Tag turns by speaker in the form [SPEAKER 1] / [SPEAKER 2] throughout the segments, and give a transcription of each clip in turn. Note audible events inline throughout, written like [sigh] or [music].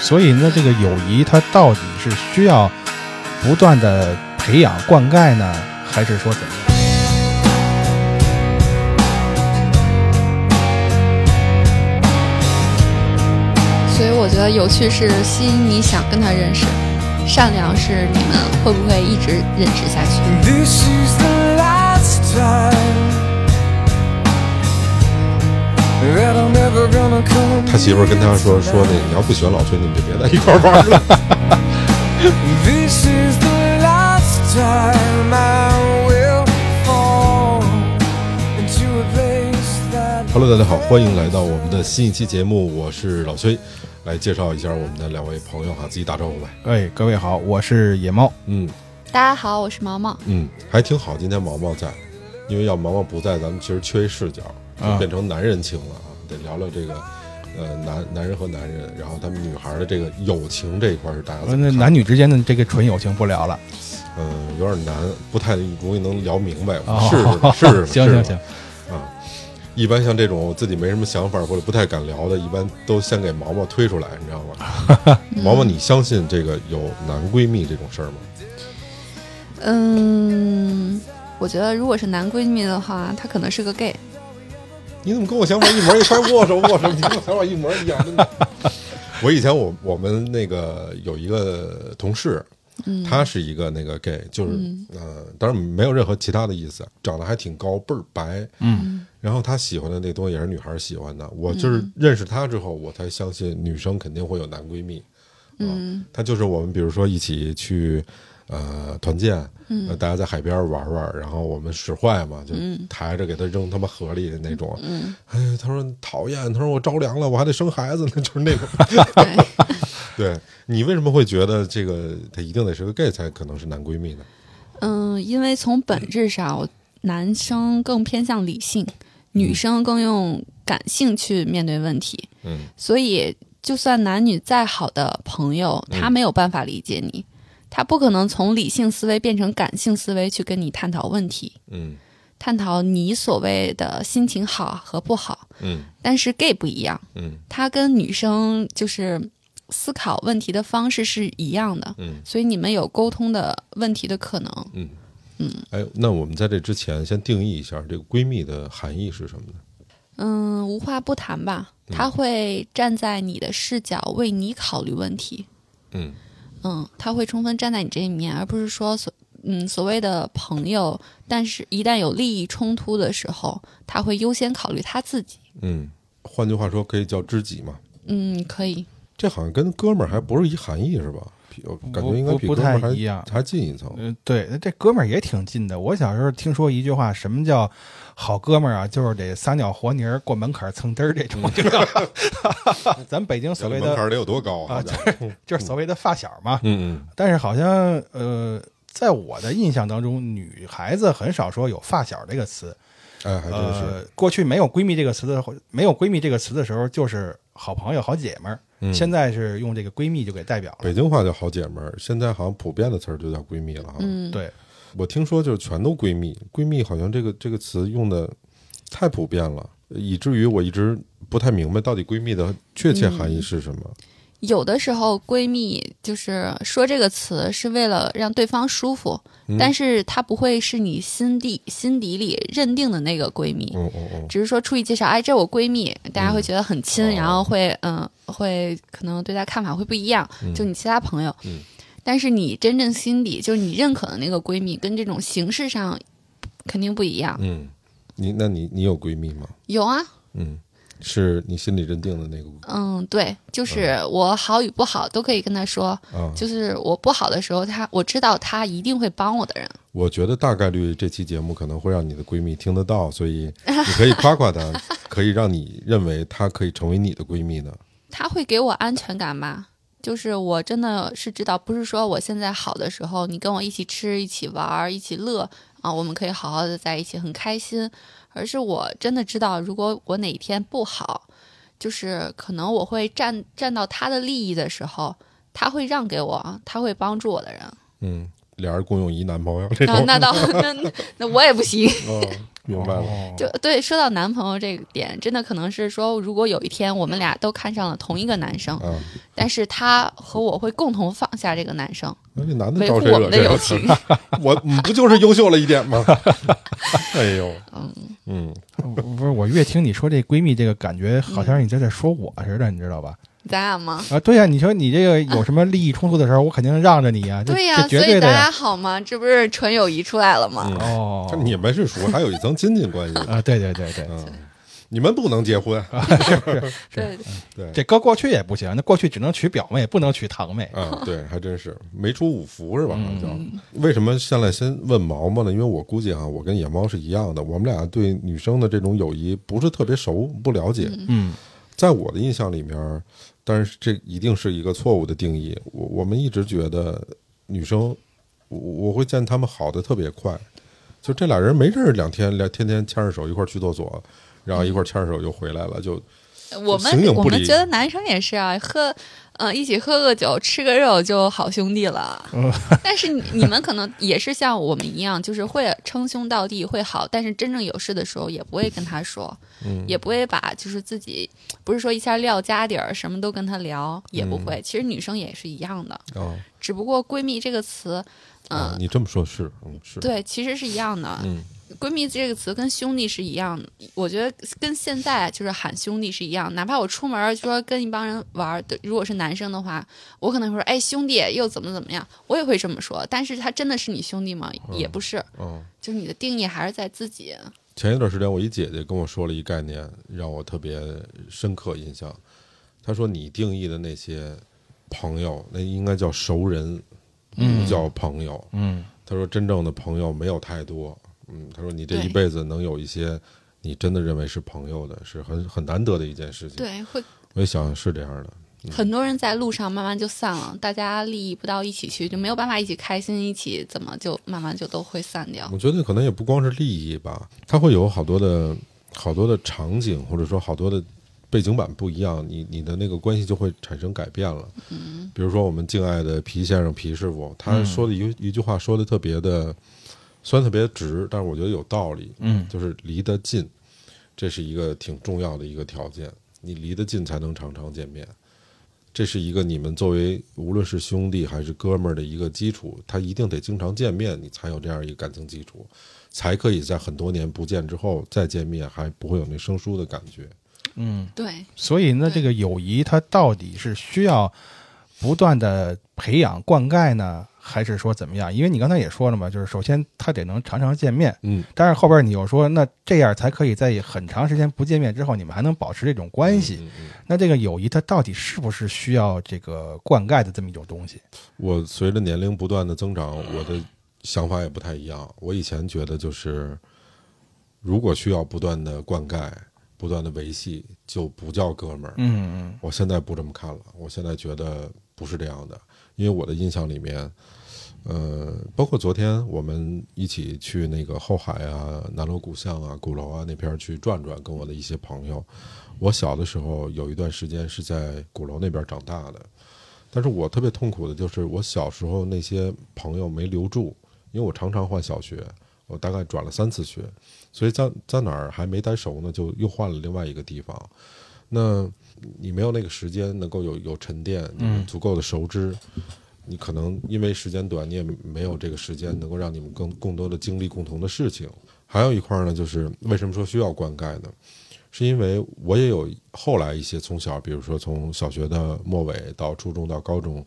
[SPEAKER 1] 所以呢，这个友谊它到底是需要不断的培养灌溉呢，还是说怎么样？
[SPEAKER 2] 所以我觉得有趣是吸引你想跟他认识，善良是你们会不会一直认识下去？
[SPEAKER 3] This is the last time that I'm ever gonna come.
[SPEAKER 4] 他媳妇儿跟他说说那你要不喜欢老崔，你们就别在一块儿玩儿了。
[SPEAKER 3] This is the last time I will fall into a place that.
[SPEAKER 4] Hello，大家好，欢迎来到我们的新一期节目，我是老崔，来介绍一下我们的两位朋友哈，自己打招呼呗。
[SPEAKER 1] 哎，各位好，我是野猫。
[SPEAKER 4] 嗯
[SPEAKER 2] 大家好，我是毛毛。
[SPEAKER 4] 嗯，还挺好，今天毛毛在，因为要毛毛不在，咱们其实缺一视角，
[SPEAKER 1] 啊
[SPEAKER 4] 就变成男人情了啊，得聊聊这个。呃，男男人和男人，然后他们女孩儿的这个友情这一块儿是大家
[SPEAKER 1] 呃
[SPEAKER 4] 怎么
[SPEAKER 1] 那
[SPEAKER 4] 看
[SPEAKER 1] 男女之间的这个纯友情不聊了，
[SPEAKER 4] 嗯，有点难，不太容易能聊明白。
[SPEAKER 1] 哦 [laughs]
[SPEAKER 4] 试试吧，试试吧，
[SPEAKER 1] 行
[SPEAKER 4] 试试
[SPEAKER 1] 行
[SPEAKER 4] 吧
[SPEAKER 1] 行，
[SPEAKER 4] 啊。一般像这种我自己没什么想法或者不太敢聊的，一般都先给毛毛推出来，你知道吗？毛毛，你相信这个有男闺蜜这种事儿吗？
[SPEAKER 2] 嗯，我觉得如果是男闺蜜的话，他可能是个 gay。
[SPEAKER 4] 你怎么跟我想法一模一样？快握手握手，你跟我想法一模一样，真的。我以前我我们那个有一个同事，他是一个那个 gay，就是、呃，当然没有任何其他的意思，长得还挺高，倍儿白，嗯，然后他喜欢的那东西也是女孩儿喜欢的。我就是认识他之后，我才相信女生肯定会有男闺蜜，嗯，他就是我们比如说一起去。呃，团建，呃，大家在海边玩玩，然后我们使坏嘛，就抬着给他扔他妈河里的那种。嗯，哎，他说讨厌，他说我着凉了，我还得生孩子呢，就是那 [laughs] 种。
[SPEAKER 2] [laughs] 对，
[SPEAKER 4] 对你为什么会觉得这个他一定得是个 gay 才可能是男闺蜜呢？
[SPEAKER 2] 嗯，因为从本质上，我男生更偏向理性，女生更用感性去面对问题。
[SPEAKER 4] 嗯，
[SPEAKER 2] 所以就算男女再好的朋友，
[SPEAKER 4] 嗯
[SPEAKER 2] 他没有办法理解你，他不可能从理性思维变成感性思维去跟你探讨问题，
[SPEAKER 4] 嗯
[SPEAKER 2] 探讨你所谓的心情好和不好。
[SPEAKER 4] 嗯
[SPEAKER 2] 但是 gay 不一样，
[SPEAKER 4] 嗯
[SPEAKER 2] 他跟女生就是思考问题的方式是一样的，
[SPEAKER 4] 嗯
[SPEAKER 2] 所以你们有沟通的问题的可能。
[SPEAKER 4] 嗯嗯。哎，那我们在这之前先定义一下这个闺蜜的含义是什么呢？
[SPEAKER 2] 嗯，无话不谈吧。他会站在你的视角为你考虑问题，
[SPEAKER 4] 嗯
[SPEAKER 2] 嗯，他会充分站在你这一面，而不是说所嗯所谓的朋友，但是一旦有利益冲突的时候，他会优先考虑他自己。
[SPEAKER 4] 嗯，换句话说，可以叫知己嘛？
[SPEAKER 2] 嗯，可以，
[SPEAKER 4] 这好像跟哥们儿还不是一含义是吧？比我感觉应该
[SPEAKER 1] 不
[SPEAKER 4] 比
[SPEAKER 1] 不
[SPEAKER 4] 哥们儿
[SPEAKER 1] 太一样
[SPEAKER 4] 还还近一层。
[SPEAKER 1] 嗯，对，那这哥们儿也挺近的。我小时候听说一句话，什么叫好哥们儿啊？就是得撒尿和泥儿过门槛儿蹭嘚儿这种，就
[SPEAKER 4] [laughs]
[SPEAKER 1] 叫咱北京所谓
[SPEAKER 4] 门
[SPEAKER 1] 的
[SPEAKER 4] 槛儿得有多高
[SPEAKER 1] 啊
[SPEAKER 4] 啊？好家伙
[SPEAKER 1] 就是所谓的发小嘛。
[SPEAKER 4] 嗯嗯
[SPEAKER 1] 但是好像呃，在我的印象当中，女孩子很少说有发小这个词。
[SPEAKER 4] 哎，还真是。
[SPEAKER 1] 呃，过去没有闺蜜这个词的，没有闺蜜这个词的时候，就是好朋友、好姐们儿。
[SPEAKER 4] 嗯
[SPEAKER 1] 现在是用这个闺蜜就给代表了。
[SPEAKER 4] 北京话叫好姐们儿，现在好像普遍的词儿就叫闺蜜了哈。
[SPEAKER 2] 嗯，
[SPEAKER 1] 对，
[SPEAKER 4] 我听说就是全都闺蜜，闺蜜好像这个这个词用的太普遍了，以至于我一直不太明白到底闺蜜的确切含义是什么。
[SPEAKER 2] 有的时候闺蜜就是说这个词是为了让对方舒服，但是她不会是你心底心底里认定的那个闺蜜。
[SPEAKER 4] 嗯嗯嗯，
[SPEAKER 2] 只是说出于介绍，哎，这我闺蜜，大家会觉得很亲，
[SPEAKER 4] 哦
[SPEAKER 2] 然后会嗯会可能对她看法会不一样，就你其他朋友。
[SPEAKER 4] 嗯
[SPEAKER 2] 但是你真正心底就是你认可的那个闺蜜，跟这种形式上肯定不一样。
[SPEAKER 4] 嗯，你那你你有闺蜜吗？
[SPEAKER 2] 有啊，
[SPEAKER 4] 嗯，是你心里认定的那个
[SPEAKER 2] 嗯，对，就是我好与不好都可以跟她说，
[SPEAKER 4] 啊？
[SPEAKER 2] 就是我不好的时候，她我知道她一定会帮我的人。
[SPEAKER 4] 我觉得大概率这期节目可能会让你的闺蜜听得到，所以你可以夸夸 [laughs] 她，可以让你认为她可以成为你的闺蜜的。
[SPEAKER 2] 他会给我安全感吧。就是我真的是知道，不是说我现在好的时候，你跟我一起吃、一起玩儿、一起乐啊，我们可以好好的在一起，很开心。而是我真的知道，如果我哪一天不好，就是可能我会站站到他的利益的时候，他会让给我，他会帮助我的人。 [laughs]
[SPEAKER 4] 嗯，俩人共用一男朋友这种
[SPEAKER 2] 啊，那倒那那我也不行。
[SPEAKER 4] 哦明白了。
[SPEAKER 1] 哦
[SPEAKER 2] 就对，说到男朋友这个点，真的可能是说，如果有一天我们俩都看上了同一个男生，
[SPEAKER 4] 啊，
[SPEAKER 2] 但是他和我会共同放下这个男生，
[SPEAKER 4] 那这男的
[SPEAKER 2] 维
[SPEAKER 4] 招
[SPEAKER 2] 护
[SPEAKER 4] 谁
[SPEAKER 2] 我
[SPEAKER 4] 惹
[SPEAKER 2] 们的
[SPEAKER 4] 谁
[SPEAKER 2] 友
[SPEAKER 4] 了？
[SPEAKER 2] 情。
[SPEAKER 4] [laughs] 我你不就是优秀了一
[SPEAKER 2] [laughs]
[SPEAKER 4] 点吗？哎呦，嗯
[SPEAKER 1] [laughs] 不是，我越听你说这闺蜜这个感觉，好像你这在说我似的，你知道吧？
[SPEAKER 2] 咱俩吗？
[SPEAKER 1] 啊，对呀、你说你这个有什么利益冲突的时候，我肯定让着你呀、这
[SPEAKER 2] 对呀、
[SPEAKER 1] 这绝
[SPEAKER 2] 所以
[SPEAKER 1] 对的
[SPEAKER 2] 咱
[SPEAKER 1] 呀
[SPEAKER 2] 俩。好吗？这不是纯友谊出来了吗？
[SPEAKER 4] 嗯，
[SPEAKER 1] 哦，
[SPEAKER 4] 你们是属于还有一层亲近关
[SPEAKER 1] [laughs]
[SPEAKER 4] 系的，
[SPEAKER 1] 啊，对对对对，
[SPEAKER 4] 嗯，你们不能结婚，
[SPEAKER 2] 对，
[SPEAKER 4] 对，
[SPEAKER 1] 这搁过去也不行，那过去只能娶表妹，不能娶堂妹。
[SPEAKER 4] 啊，对，还真是没出五福是吧？
[SPEAKER 2] 嗯
[SPEAKER 4] 叫、为什么现在先问毛毛呢？因为我估计啊，我跟野猫是一样的，我们俩对女生的这种友谊不是特别熟，不了解。
[SPEAKER 1] 嗯，
[SPEAKER 4] 在我的印象里面，但是这一定是一个错误的定义。我我们一直觉得女生，我我会见她们好的特别快，就这俩人没事儿两天两天天牵着手一块儿去厕所，然后一块儿牵着手就回来了，就
[SPEAKER 2] 我
[SPEAKER 4] 形
[SPEAKER 2] 们
[SPEAKER 4] 影不
[SPEAKER 2] 我
[SPEAKER 4] 离
[SPEAKER 2] 们觉得男生也是啊，喝，嗯、一起喝个酒，吃个肉就好兄弟了。
[SPEAKER 4] 嗯
[SPEAKER 2] [laughs] 但是你你们可能也是像我们一样，就是会称兄道弟，会好，但是真正有事的时候也不会跟他说，
[SPEAKER 4] 嗯
[SPEAKER 2] 也不会把就是自己不是说一下撂家底儿，什么都跟他聊，也不
[SPEAKER 4] 嗯
[SPEAKER 2] 会。其实女生也是一样的，
[SPEAKER 4] 啊
[SPEAKER 2] 只不过闺蜜这个词，嗯、
[SPEAKER 4] 啊，你这么说是嗯是
[SPEAKER 2] 对，其实是一样的。
[SPEAKER 4] 嗯
[SPEAKER 2] 闺蜜这个词跟兄弟是一样的，我觉得跟现在就是喊兄弟是一样。哪怕我出门儿就说跟一帮人玩儿，对如果是男生的话，我可能会说：“哎，兄弟，又怎么怎么样？”我也会这么说。但是他真的是你兄弟吗？也不是，
[SPEAKER 4] 嗯。
[SPEAKER 2] 就是你的定义还是在自己。
[SPEAKER 4] 前一段时间，我一姐姐跟我说了一概念，让我特别深刻印象。她说：“你定义的那些朋友，那应该叫熟人，不叫朋友。”
[SPEAKER 1] 嗯，
[SPEAKER 4] 她说：“真正的朋友没有太多。”嗯，她说：“你这
[SPEAKER 2] 对
[SPEAKER 4] 一辈子能有一些你真的认为是朋友的，是很很难得的一件事情。”，
[SPEAKER 2] 对，会
[SPEAKER 4] 我也想是这样的。
[SPEAKER 2] 很多人在路上慢慢就散了，大家利益不到一起去，就没有办法一起开心，一起怎么就慢慢就都会散掉。
[SPEAKER 4] 我觉得可能也不光是利益吧，它会有好多的好多的场景，或者说好多的背景板不一样，你你的那个关系就会产生改变了。嗯，比如说我们敬爱的皮先生皮师傅，他说的一、一句话说的特别的，虽然特别直，但是我觉得有道理。
[SPEAKER 1] 嗯，
[SPEAKER 4] 就是离得近，这是一个挺重要的一个条件，你离得近才能常常见面。这是一个你们作为无论是兄弟还是哥们儿的一个基础，他一定得经常见面，你才有这样一个感情基础，才可以在很多年不见之后再见面，还不会有那生疏的感觉。
[SPEAKER 2] 对，
[SPEAKER 1] 所以呢，这个友谊它到底是需要不断的培养灌溉呢，还是说怎么样？因为你刚才也说了嘛，就是首先他得能常常见面，
[SPEAKER 4] 嗯，
[SPEAKER 1] 但是后边你又说，那这样才可以在很长时间不见面之后，你们还能保持这种关系。
[SPEAKER 4] 嗯嗯
[SPEAKER 1] 那这个友谊它到底是不是需要这个灌溉的这么一种东西？
[SPEAKER 4] 我随着年龄不断的增长，我的想法也不太一样。我以前觉得就是，如果需要不断的灌溉、不断的维系，就不叫哥们儿。
[SPEAKER 1] 嗯嗯
[SPEAKER 4] 我现在不这么看了，我现在觉得不是这样的，因为我的印象里面，呃，包括昨天我们一起去那个后海啊、南锣鼓巷啊、鼓楼啊那边去转转，跟我的一些朋友。我小的时候有一段时间是在鼓楼那边长大的，但是我特别痛苦的就是我小时候那些朋友没留住，因为我常常换小学，我大概转了三次学，所以在在哪儿还没待熟呢，就又换了另外一个地方。那你没有那个时间能够有有沉淀，你有足够的熟知，你可能因为时间短，你也没有这个时间能够让你们更更多的经历共同的事情。还有一块儿呢，就是为什么说需要灌溉呢？是因为我也有后来一些从小，比如说从小学的末尾到初中到高中，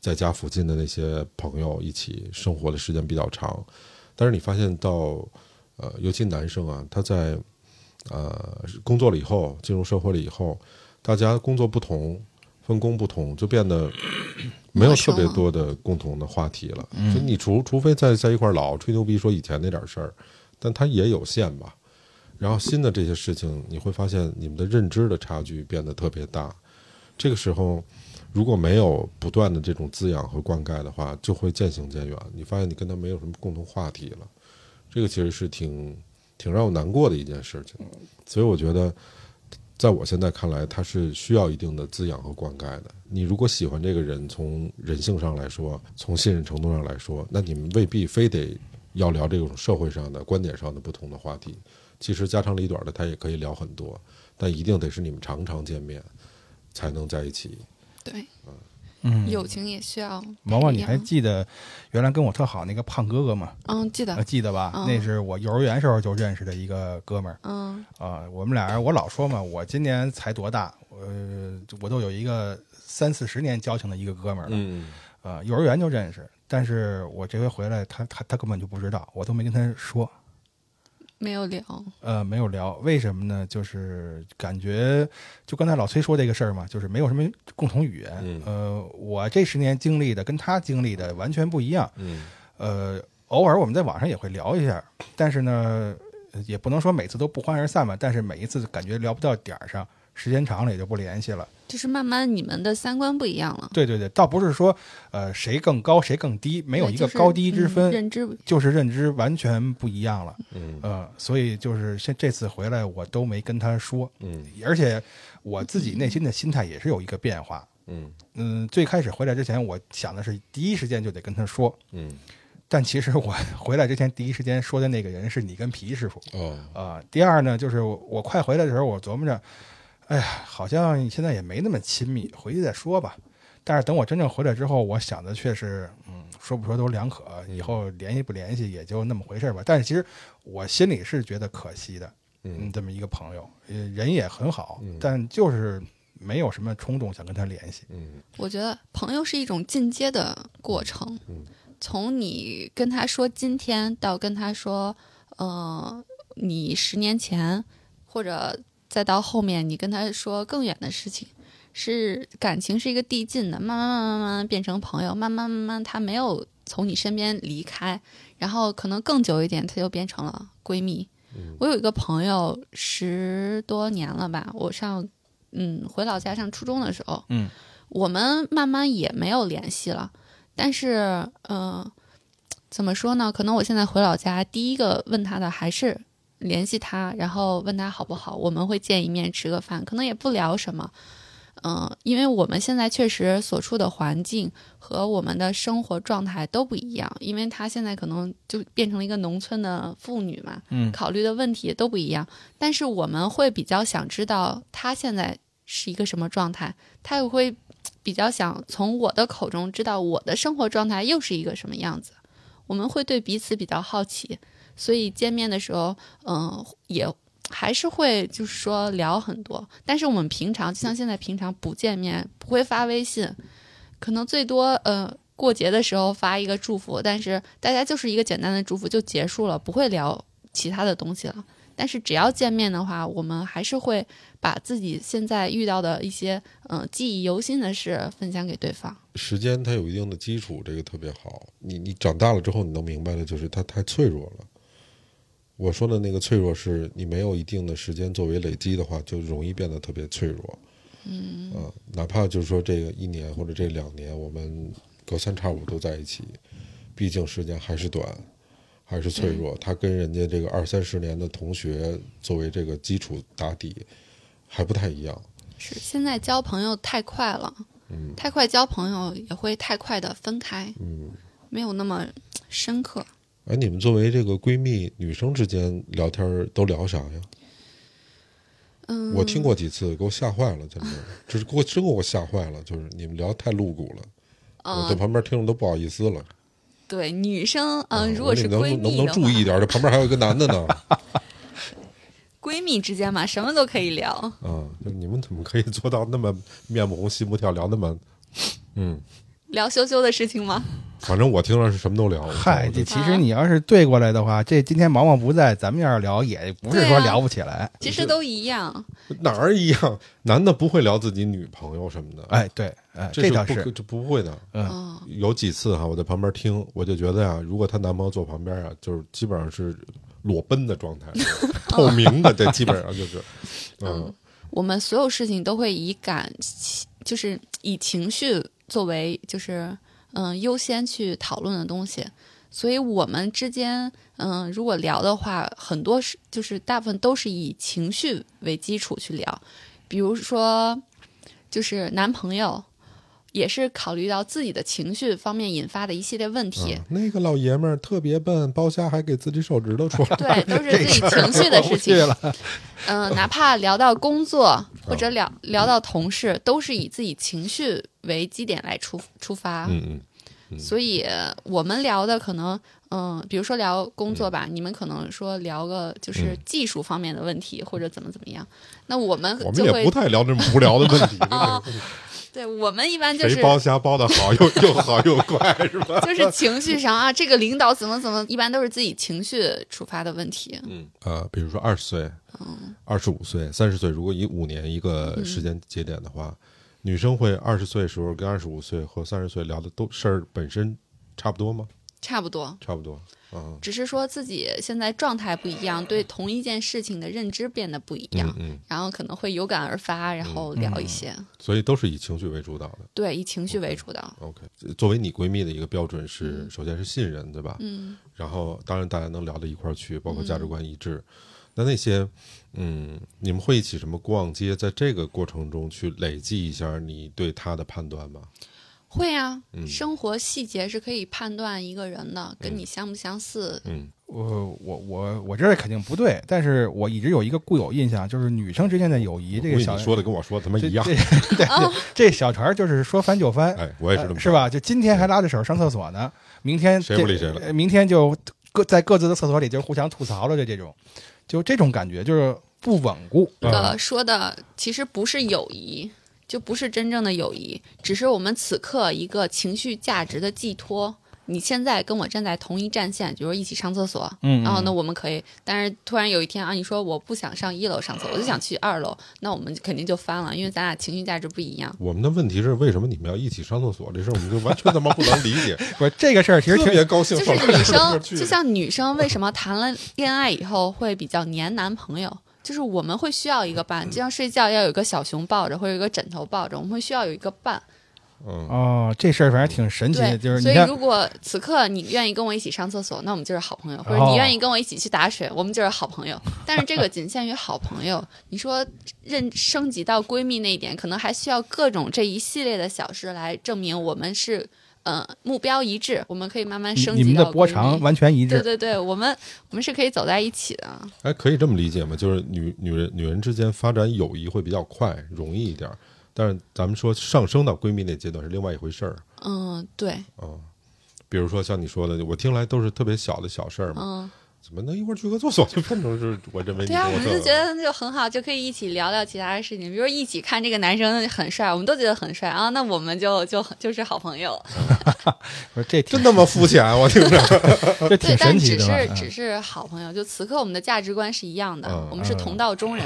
[SPEAKER 4] 在家附近的那些朋友一起生活的时间比较长，但是你发现到，呃，尤其男生啊，他在呃工作了以后，进入社会了以后，大家工作不同，分工不同，就变得没有特别多的共同的话题了。就你除除非在在一块儿老吹牛逼说以前那点事儿，但它也有限吧。然后新的这些事情，你会发现你们的认知的差距变得特别大。这个时候，如果没有不断的这种滋养和灌溉的话，就会渐行渐远。你发现你跟他没有什么共同话题了，这个其实是挺挺让我难过的一件事情。所以我觉得，在我现在看来，它是需要一定的滋养和灌溉的。你如果喜欢这个人，从人性上来说，从信任程度上来说，那你们未必非得要聊这种社会上的观点上的不同的话题。其实家长里短的他也可以聊很多，但一定得是你们常常见面才能在一起。
[SPEAKER 2] 对，
[SPEAKER 1] 嗯，
[SPEAKER 2] 友情也需要。
[SPEAKER 1] 毛毛，你还记得原来跟我特好那个胖哥哥吗？
[SPEAKER 2] 嗯，记
[SPEAKER 1] 呃
[SPEAKER 2] 得，
[SPEAKER 1] 记得吧？
[SPEAKER 2] 嗯
[SPEAKER 1] 那是我幼儿园时候就认识的一个哥们儿
[SPEAKER 2] 嗯
[SPEAKER 1] 啊、我们俩人，我老说嘛，我今年才多大，呃，我都有一个三四十年交情的一个哥们儿了，
[SPEAKER 4] 嗯，
[SPEAKER 1] 呃，幼儿园就认识。但是我这回回来，他他他根本就不知道，我都没跟他说，
[SPEAKER 2] 没有聊，
[SPEAKER 1] 呃，没有聊，为什么呢？就是感觉，就刚才老崔说这个事儿嘛，就是没有什么共同语言。
[SPEAKER 4] 嗯
[SPEAKER 1] 呃，我这十年经历的跟他经历的完全不一样。
[SPEAKER 4] 嗯
[SPEAKER 1] 呃，偶尔我们在网上也会聊一下，但是呢，呃也不能说每次都不欢而散吧。但是每一次感觉聊不到点儿上，时间长了也就不联系了。
[SPEAKER 2] 就是慢慢你们的三观不一样了，
[SPEAKER 1] 对对对，倒不是说呃谁更高谁更低，没有
[SPEAKER 2] 对
[SPEAKER 1] 一个
[SPEAKER 2] 就是
[SPEAKER 1] 高低之
[SPEAKER 2] 嗯
[SPEAKER 1] 分，
[SPEAKER 2] 认知不
[SPEAKER 1] 就是认知完全不一样了。
[SPEAKER 4] 嗯
[SPEAKER 1] 呃，所以就是这这次回来我都没跟他说，
[SPEAKER 4] 嗯
[SPEAKER 1] 而且我自己内心的心态也是有一个变化。
[SPEAKER 4] 嗯
[SPEAKER 1] 嗯，最开始回来之前，我想的是第一时间就得跟他说，
[SPEAKER 4] 嗯，
[SPEAKER 1] 但其实我 [laughs] 回来之前第一时间说的那个人是你跟皮师傅
[SPEAKER 4] 哦，
[SPEAKER 1] 啊、第二呢，就是我我快回来的时候，我琢磨着，哎呀，好像现在也没那么亲密，回去再说吧。但是等我真正回来之后，我想的却是，嗯，说不说都两可，以后联系不联系也就那么回事儿吧。但是其实我心里是觉得可惜的，嗯，这么一个朋友，呃人也很好，但就是没有什么冲动想跟他联系。
[SPEAKER 4] 嗯
[SPEAKER 2] 我觉得朋友是一种进阶的过程，从你跟他说今天到跟他说，呃，你十年前，或者再到后面你跟他说更远的事情，是感情是一个递进的，慢慢慢慢慢慢变成朋友，慢慢慢慢他没有从你身边离开，然后可能更久一点，他就变成了闺蜜。我有一个朋友十多年了吧，我上嗯回老家上初中的时候，
[SPEAKER 1] 嗯，
[SPEAKER 2] 我们慢慢也没有联系了，但是呃，怎么说呢？可能我现在回老家，第一个问他的还是联系他，然后问他好不好，我们会见一面吃个饭，可能也不聊什么。嗯、因为我们现在确实所处的环境和我们的生活状态都不一样，因为她现在可能就变成了一个农村的妇女嘛，
[SPEAKER 1] 嗯
[SPEAKER 2] 考虑的问题也都不一样。但是我们会比较想知道她现在是一个什么状态，她也会比较想从我的口中知道我的生活状态又是一个什么样子。我们会对彼此比较好奇，所以见面的时候，嗯、也还是会就是说聊很多。但是我们平常就像现在平常不见面，不会发微信，可能最多呃过节的时候发一个祝福，但是大家就是一个简单的祝福就结束了，不会聊其他的东西了。但是只要见面的话，我们还是会把自己现在遇到的一些嗯、呃记忆犹新的事分享给对方。
[SPEAKER 4] 时间它有一定的基础，这个特别好。你你长大了之后，你能明白的就是它太脆弱了。我说的那个脆弱是，你没有一定的时间作为累积的话，就容易变得特别脆弱。嗯，啊、哪怕就是说这个一年或者这两年，我们隔三差五都在一起，毕竟时间还是短，还是脆弱。他跟人家这个二三十年的同学作为这个基础打底，还不太一样。
[SPEAKER 2] 是现在交朋友太快了，
[SPEAKER 4] 嗯
[SPEAKER 2] 太快交朋友也会太快的分开，
[SPEAKER 4] 嗯。
[SPEAKER 2] 没有那么深刻。
[SPEAKER 4] 哎，你们作为这个闺蜜，女生之间聊天儿都聊啥呀？
[SPEAKER 2] 嗯，
[SPEAKER 4] 我听过几次，给我吓坏了，真的，这是给我真给我吓坏了，就是你们聊太露骨了，我在
[SPEAKER 2] 呃，
[SPEAKER 4] 旁边听着都不好意思了。
[SPEAKER 2] 对女生，
[SPEAKER 4] 啊
[SPEAKER 2] 嗯、如
[SPEAKER 4] 我
[SPEAKER 2] 果
[SPEAKER 4] 说
[SPEAKER 2] 是
[SPEAKER 4] 你能
[SPEAKER 2] 闺
[SPEAKER 4] 不能
[SPEAKER 2] 蜜
[SPEAKER 4] 不
[SPEAKER 2] 的
[SPEAKER 4] 能
[SPEAKER 2] 话，
[SPEAKER 4] 注意一点儿？这旁边还有一个男的呢，
[SPEAKER 2] 闺蜜之间嘛，什么都可以聊。
[SPEAKER 4] 啊，就你们怎么可以做到那么面不红心不跳，聊那么，嗯，
[SPEAKER 2] 聊羞羞的事情吗？
[SPEAKER 4] 反正我听着是什么都聊。
[SPEAKER 1] 嗨，
[SPEAKER 4] 我
[SPEAKER 1] 这
[SPEAKER 4] 就
[SPEAKER 1] 其实你要是对过来的话，这今天毛毛不在，咱们要是聊也不是说
[SPEAKER 2] 对啊
[SPEAKER 1] 聊不起来。
[SPEAKER 2] 其实都一样。
[SPEAKER 4] 哪儿一样，男的不会聊自己女朋友什么的，，
[SPEAKER 1] 哎，对，哎，
[SPEAKER 4] 这
[SPEAKER 1] 倒
[SPEAKER 4] 不可
[SPEAKER 1] 是，
[SPEAKER 4] 这不会的，
[SPEAKER 2] 嗯，
[SPEAKER 4] 有几次哈，我在旁边听，我就觉得呀、如果她男朋友坐旁边啊，就是基本上是裸奔的
[SPEAKER 2] [laughs]
[SPEAKER 4] 状态，透明的，这基本上就是，嗯
[SPEAKER 2] 我们所有事情都会以感情，就是以情绪作为，就是嗯、优先去讨论的东西。所以我们之间，嗯、如果聊的话，很多是就是大部分都是以情绪为基础去聊，比如说就是男朋友，也是考虑到自己的情绪方面引发的一系列问题。
[SPEAKER 4] 嗯那个老爷们儿特别笨，剥虾还给自己手指头戳。
[SPEAKER 2] [laughs] 对，都是自己情绪的事
[SPEAKER 4] [laughs]
[SPEAKER 2] 情。嗯、哪怕聊到工
[SPEAKER 4] 哦
[SPEAKER 2] 作或者聊聊到同事，都是以自己情绪为基点来出出发。
[SPEAKER 4] 嗯嗯，
[SPEAKER 2] 所以我们聊的可能，嗯、比如说聊工作
[SPEAKER 4] 嗯
[SPEAKER 2] 吧，你们可能说聊个就是技术方面的问题、或者怎么怎么样，那我们
[SPEAKER 4] 我们
[SPEAKER 2] 就
[SPEAKER 4] 也
[SPEAKER 2] 会
[SPEAKER 4] 不太聊这么无聊的问题。
[SPEAKER 2] 啊，对我们一般 [laughs] 就是
[SPEAKER 4] 谁剥虾剥的好，又又好又快，是吧？
[SPEAKER 2] 就是情绪上啊，这个领导怎么怎么，一般都是自己情绪触发的问题。
[SPEAKER 4] 嗯，呃，比如说二十岁、二十五岁、三十岁，如果以五年一个时间节点的话，女生会二十岁时候跟二十五岁或三十岁聊的都事儿本身差不多吗？
[SPEAKER 2] 差不多，
[SPEAKER 4] 差不多，嗯
[SPEAKER 2] 只是说自己现在状态不一样，对同一件事情的认知变得不一样
[SPEAKER 4] 嗯，嗯，
[SPEAKER 2] 然后可能会有感而发，然
[SPEAKER 1] 嗯
[SPEAKER 2] 后聊一些。
[SPEAKER 4] 所以都是以情绪为主导的。
[SPEAKER 2] 对，以情绪为主的，
[SPEAKER 4] OK，作为你闺蜜的一个标准是，首先是信任，对吧？
[SPEAKER 1] 哦
[SPEAKER 2] 嗯，
[SPEAKER 4] 然后当然大家能聊到一块儿去，包括价值观一致。那那些，嗯，你们会一起什么逛街，在这个过程中去累积一下你对她的判断吗？
[SPEAKER 2] 会啊。
[SPEAKER 1] 嗯
[SPEAKER 2] 生活细节是可以判断一个人的，跟你相不相似。
[SPEAKER 4] 嗯
[SPEAKER 1] 我我我我这肯定不对，但是我一直有一个固有印象，就是女生之间的友谊，这个
[SPEAKER 4] 我以为
[SPEAKER 1] 小
[SPEAKER 4] 你说的跟我说的他妈
[SPEAKER 1] 这
[SPEAKER 4] 一样
[SPEAKER 1] 这，对
[SPEAKER 2] 哦
[SPEAKER 1] 对，这小船儿就是说翻就翻，
[SPEAKER 4] 哎，我也是这么
[SPEAKER 1] 呃
[SPEAKER 4] 说，
[SPEAKER 1] 吧？就今天还拉着手上厕所呢，明天
[SPEAKER 4] 谁
[SPEAKER 1] 这
[SPEAKER 4] 不理谁了
[SPEAKER 1] 呃明天就各在各自的厕所里就互相吐槽了，就这种，就这种感觉就是不稳固。
[SPEAKER 2] 这个说的其实不是友谊，就不是真正的友谊，只是我们此刻一个情绪价值的寄托。你现在跟我站在同一战线，比如说一起上厕所，
[SPEAKER 1] 嗯，
[SPEAKER 2] 然后
[SPEAKER 1] 嗯
[SPEAKER 2] 呢，我们可以，但是突然有一天啊，你说我不想上一楼上厕所，我就想去二楼，那我们肯定就翻了，因为咱俩情绪价值不一样。
[SPEAKER 4] 我们的问题是，为什么你们要一起上厕所这事儿，我们就完全他妈不能理
[SPEAKER 2] [laughs]
[SPEAKER 4] 解，
[SPEAKER 1] 不是这个事儿，其实
[SPEAKER 4] 特
[SPEAKER 1] 挺
[SPEAKER 4] 别高兴
[SPEAKER 2] 就
[SPEAKER 4] 上
[SPEAKER 2] 是
[SPEAKER 4] 厕所
[SPEAKER 2] 女
[SPEAKER 4] 这块儿
[SPEAKER 2] 生，
[SPEAKER 4] 去
[SPEAKER 2] 就像女生为什么谈了恋爱以后会比较黏男朋友，就是我们会需要一个伴，就像睡觉要有一个小熊抱着，或者有一个枕头抱着，我们会需要有一个伴。
[SPEAKER 4] 嗯，
[SPEAKER 1] 哦，这事儿反正挺神奇的，
[SPEAKER 2] 对，
[SPEAKER 1] 就是
[SPEAKER 2] 所
[SPEAKER 1] 你
[SPEAKER 2] 以
[SPEAKER 1] 看
[SPEAKER 2] 如果此刻你愿意跟我一起上厕所，那我们就是好朋友；或者
[SPEAKER 1] 哦
[SPEAKER 2] 你愿意跟我一起去打水，我们就是好朋友。但是这个仅限于好朋友。你说认升级到闺蜜那一点，可能还需要各种这一系列的小事来证明我们是呃目标一致，我们可以慢慢
[SPEAKER 1] 你
[SPEAKER 2] 升
[SPEAKER 1] 你
[SPEAKER 2] 级
[SPEAKER 1] 们
[SPEAKER 2] 到
[SPEAKER 1] 的波长
[SPEAKER 2] 闺蜜。
[SPEAKER 1] 完全一
[SPEAKER 2] 对
[SPEAKER 1] 致，
[SPEAKER 2] 对对，我们我们是可以走在一起的。
[SPEAKER 4] 哎，可以这么理解吗？就是女女人女人之间发展友谊会比较快，容易一点儿，但是咱们说上升到闺蜜那阶段是另外一回事儿。
[SPEAKER 2] 嗯，对，
[SPEAKER 4] 比如说像你说的，我听来都是特别小的小事儿嘛，
[SPEAKER 2] 嗯，
[SPEAKER 4] 怎么能一块儿去个厕所就变成是我认为你
[SPEAKER 2] 对
[SPEAKER 4] 跟
[SPEAKER 2] 啊，我
[SPEAKER 4] 我
[SPEAKER 2] 们
[SPEAKER 4] 这
[SPEAKER 2] 就
[SPEAKER 4] 个
[SPEAKER 2] 觉得就很好，就可以一起聊聊其他的事情，比如一起看这个男生很帅，我们都觉得很帅啊，那我们就就很就是好朋友。
[SPEAKER 1] 不是这挺
[SPEAKER 4] 真那么肤浅，啊我听着。
[SPEAKER 1] 这
[SPEAKER 2] 对，
[SPEAKER 1] 挺
[SPEAKER 2] 但
[SPEAKER 1] 神
[SPEAKER 2] 只
[SPEAKER 1] 奇的吧嗯
[SPEAKER 2] 是只是好朋友，就此刻我们的价值观是一样的，
[SPEAKER 4] 嗯
[SPEAKER 2] 我们是同道中人。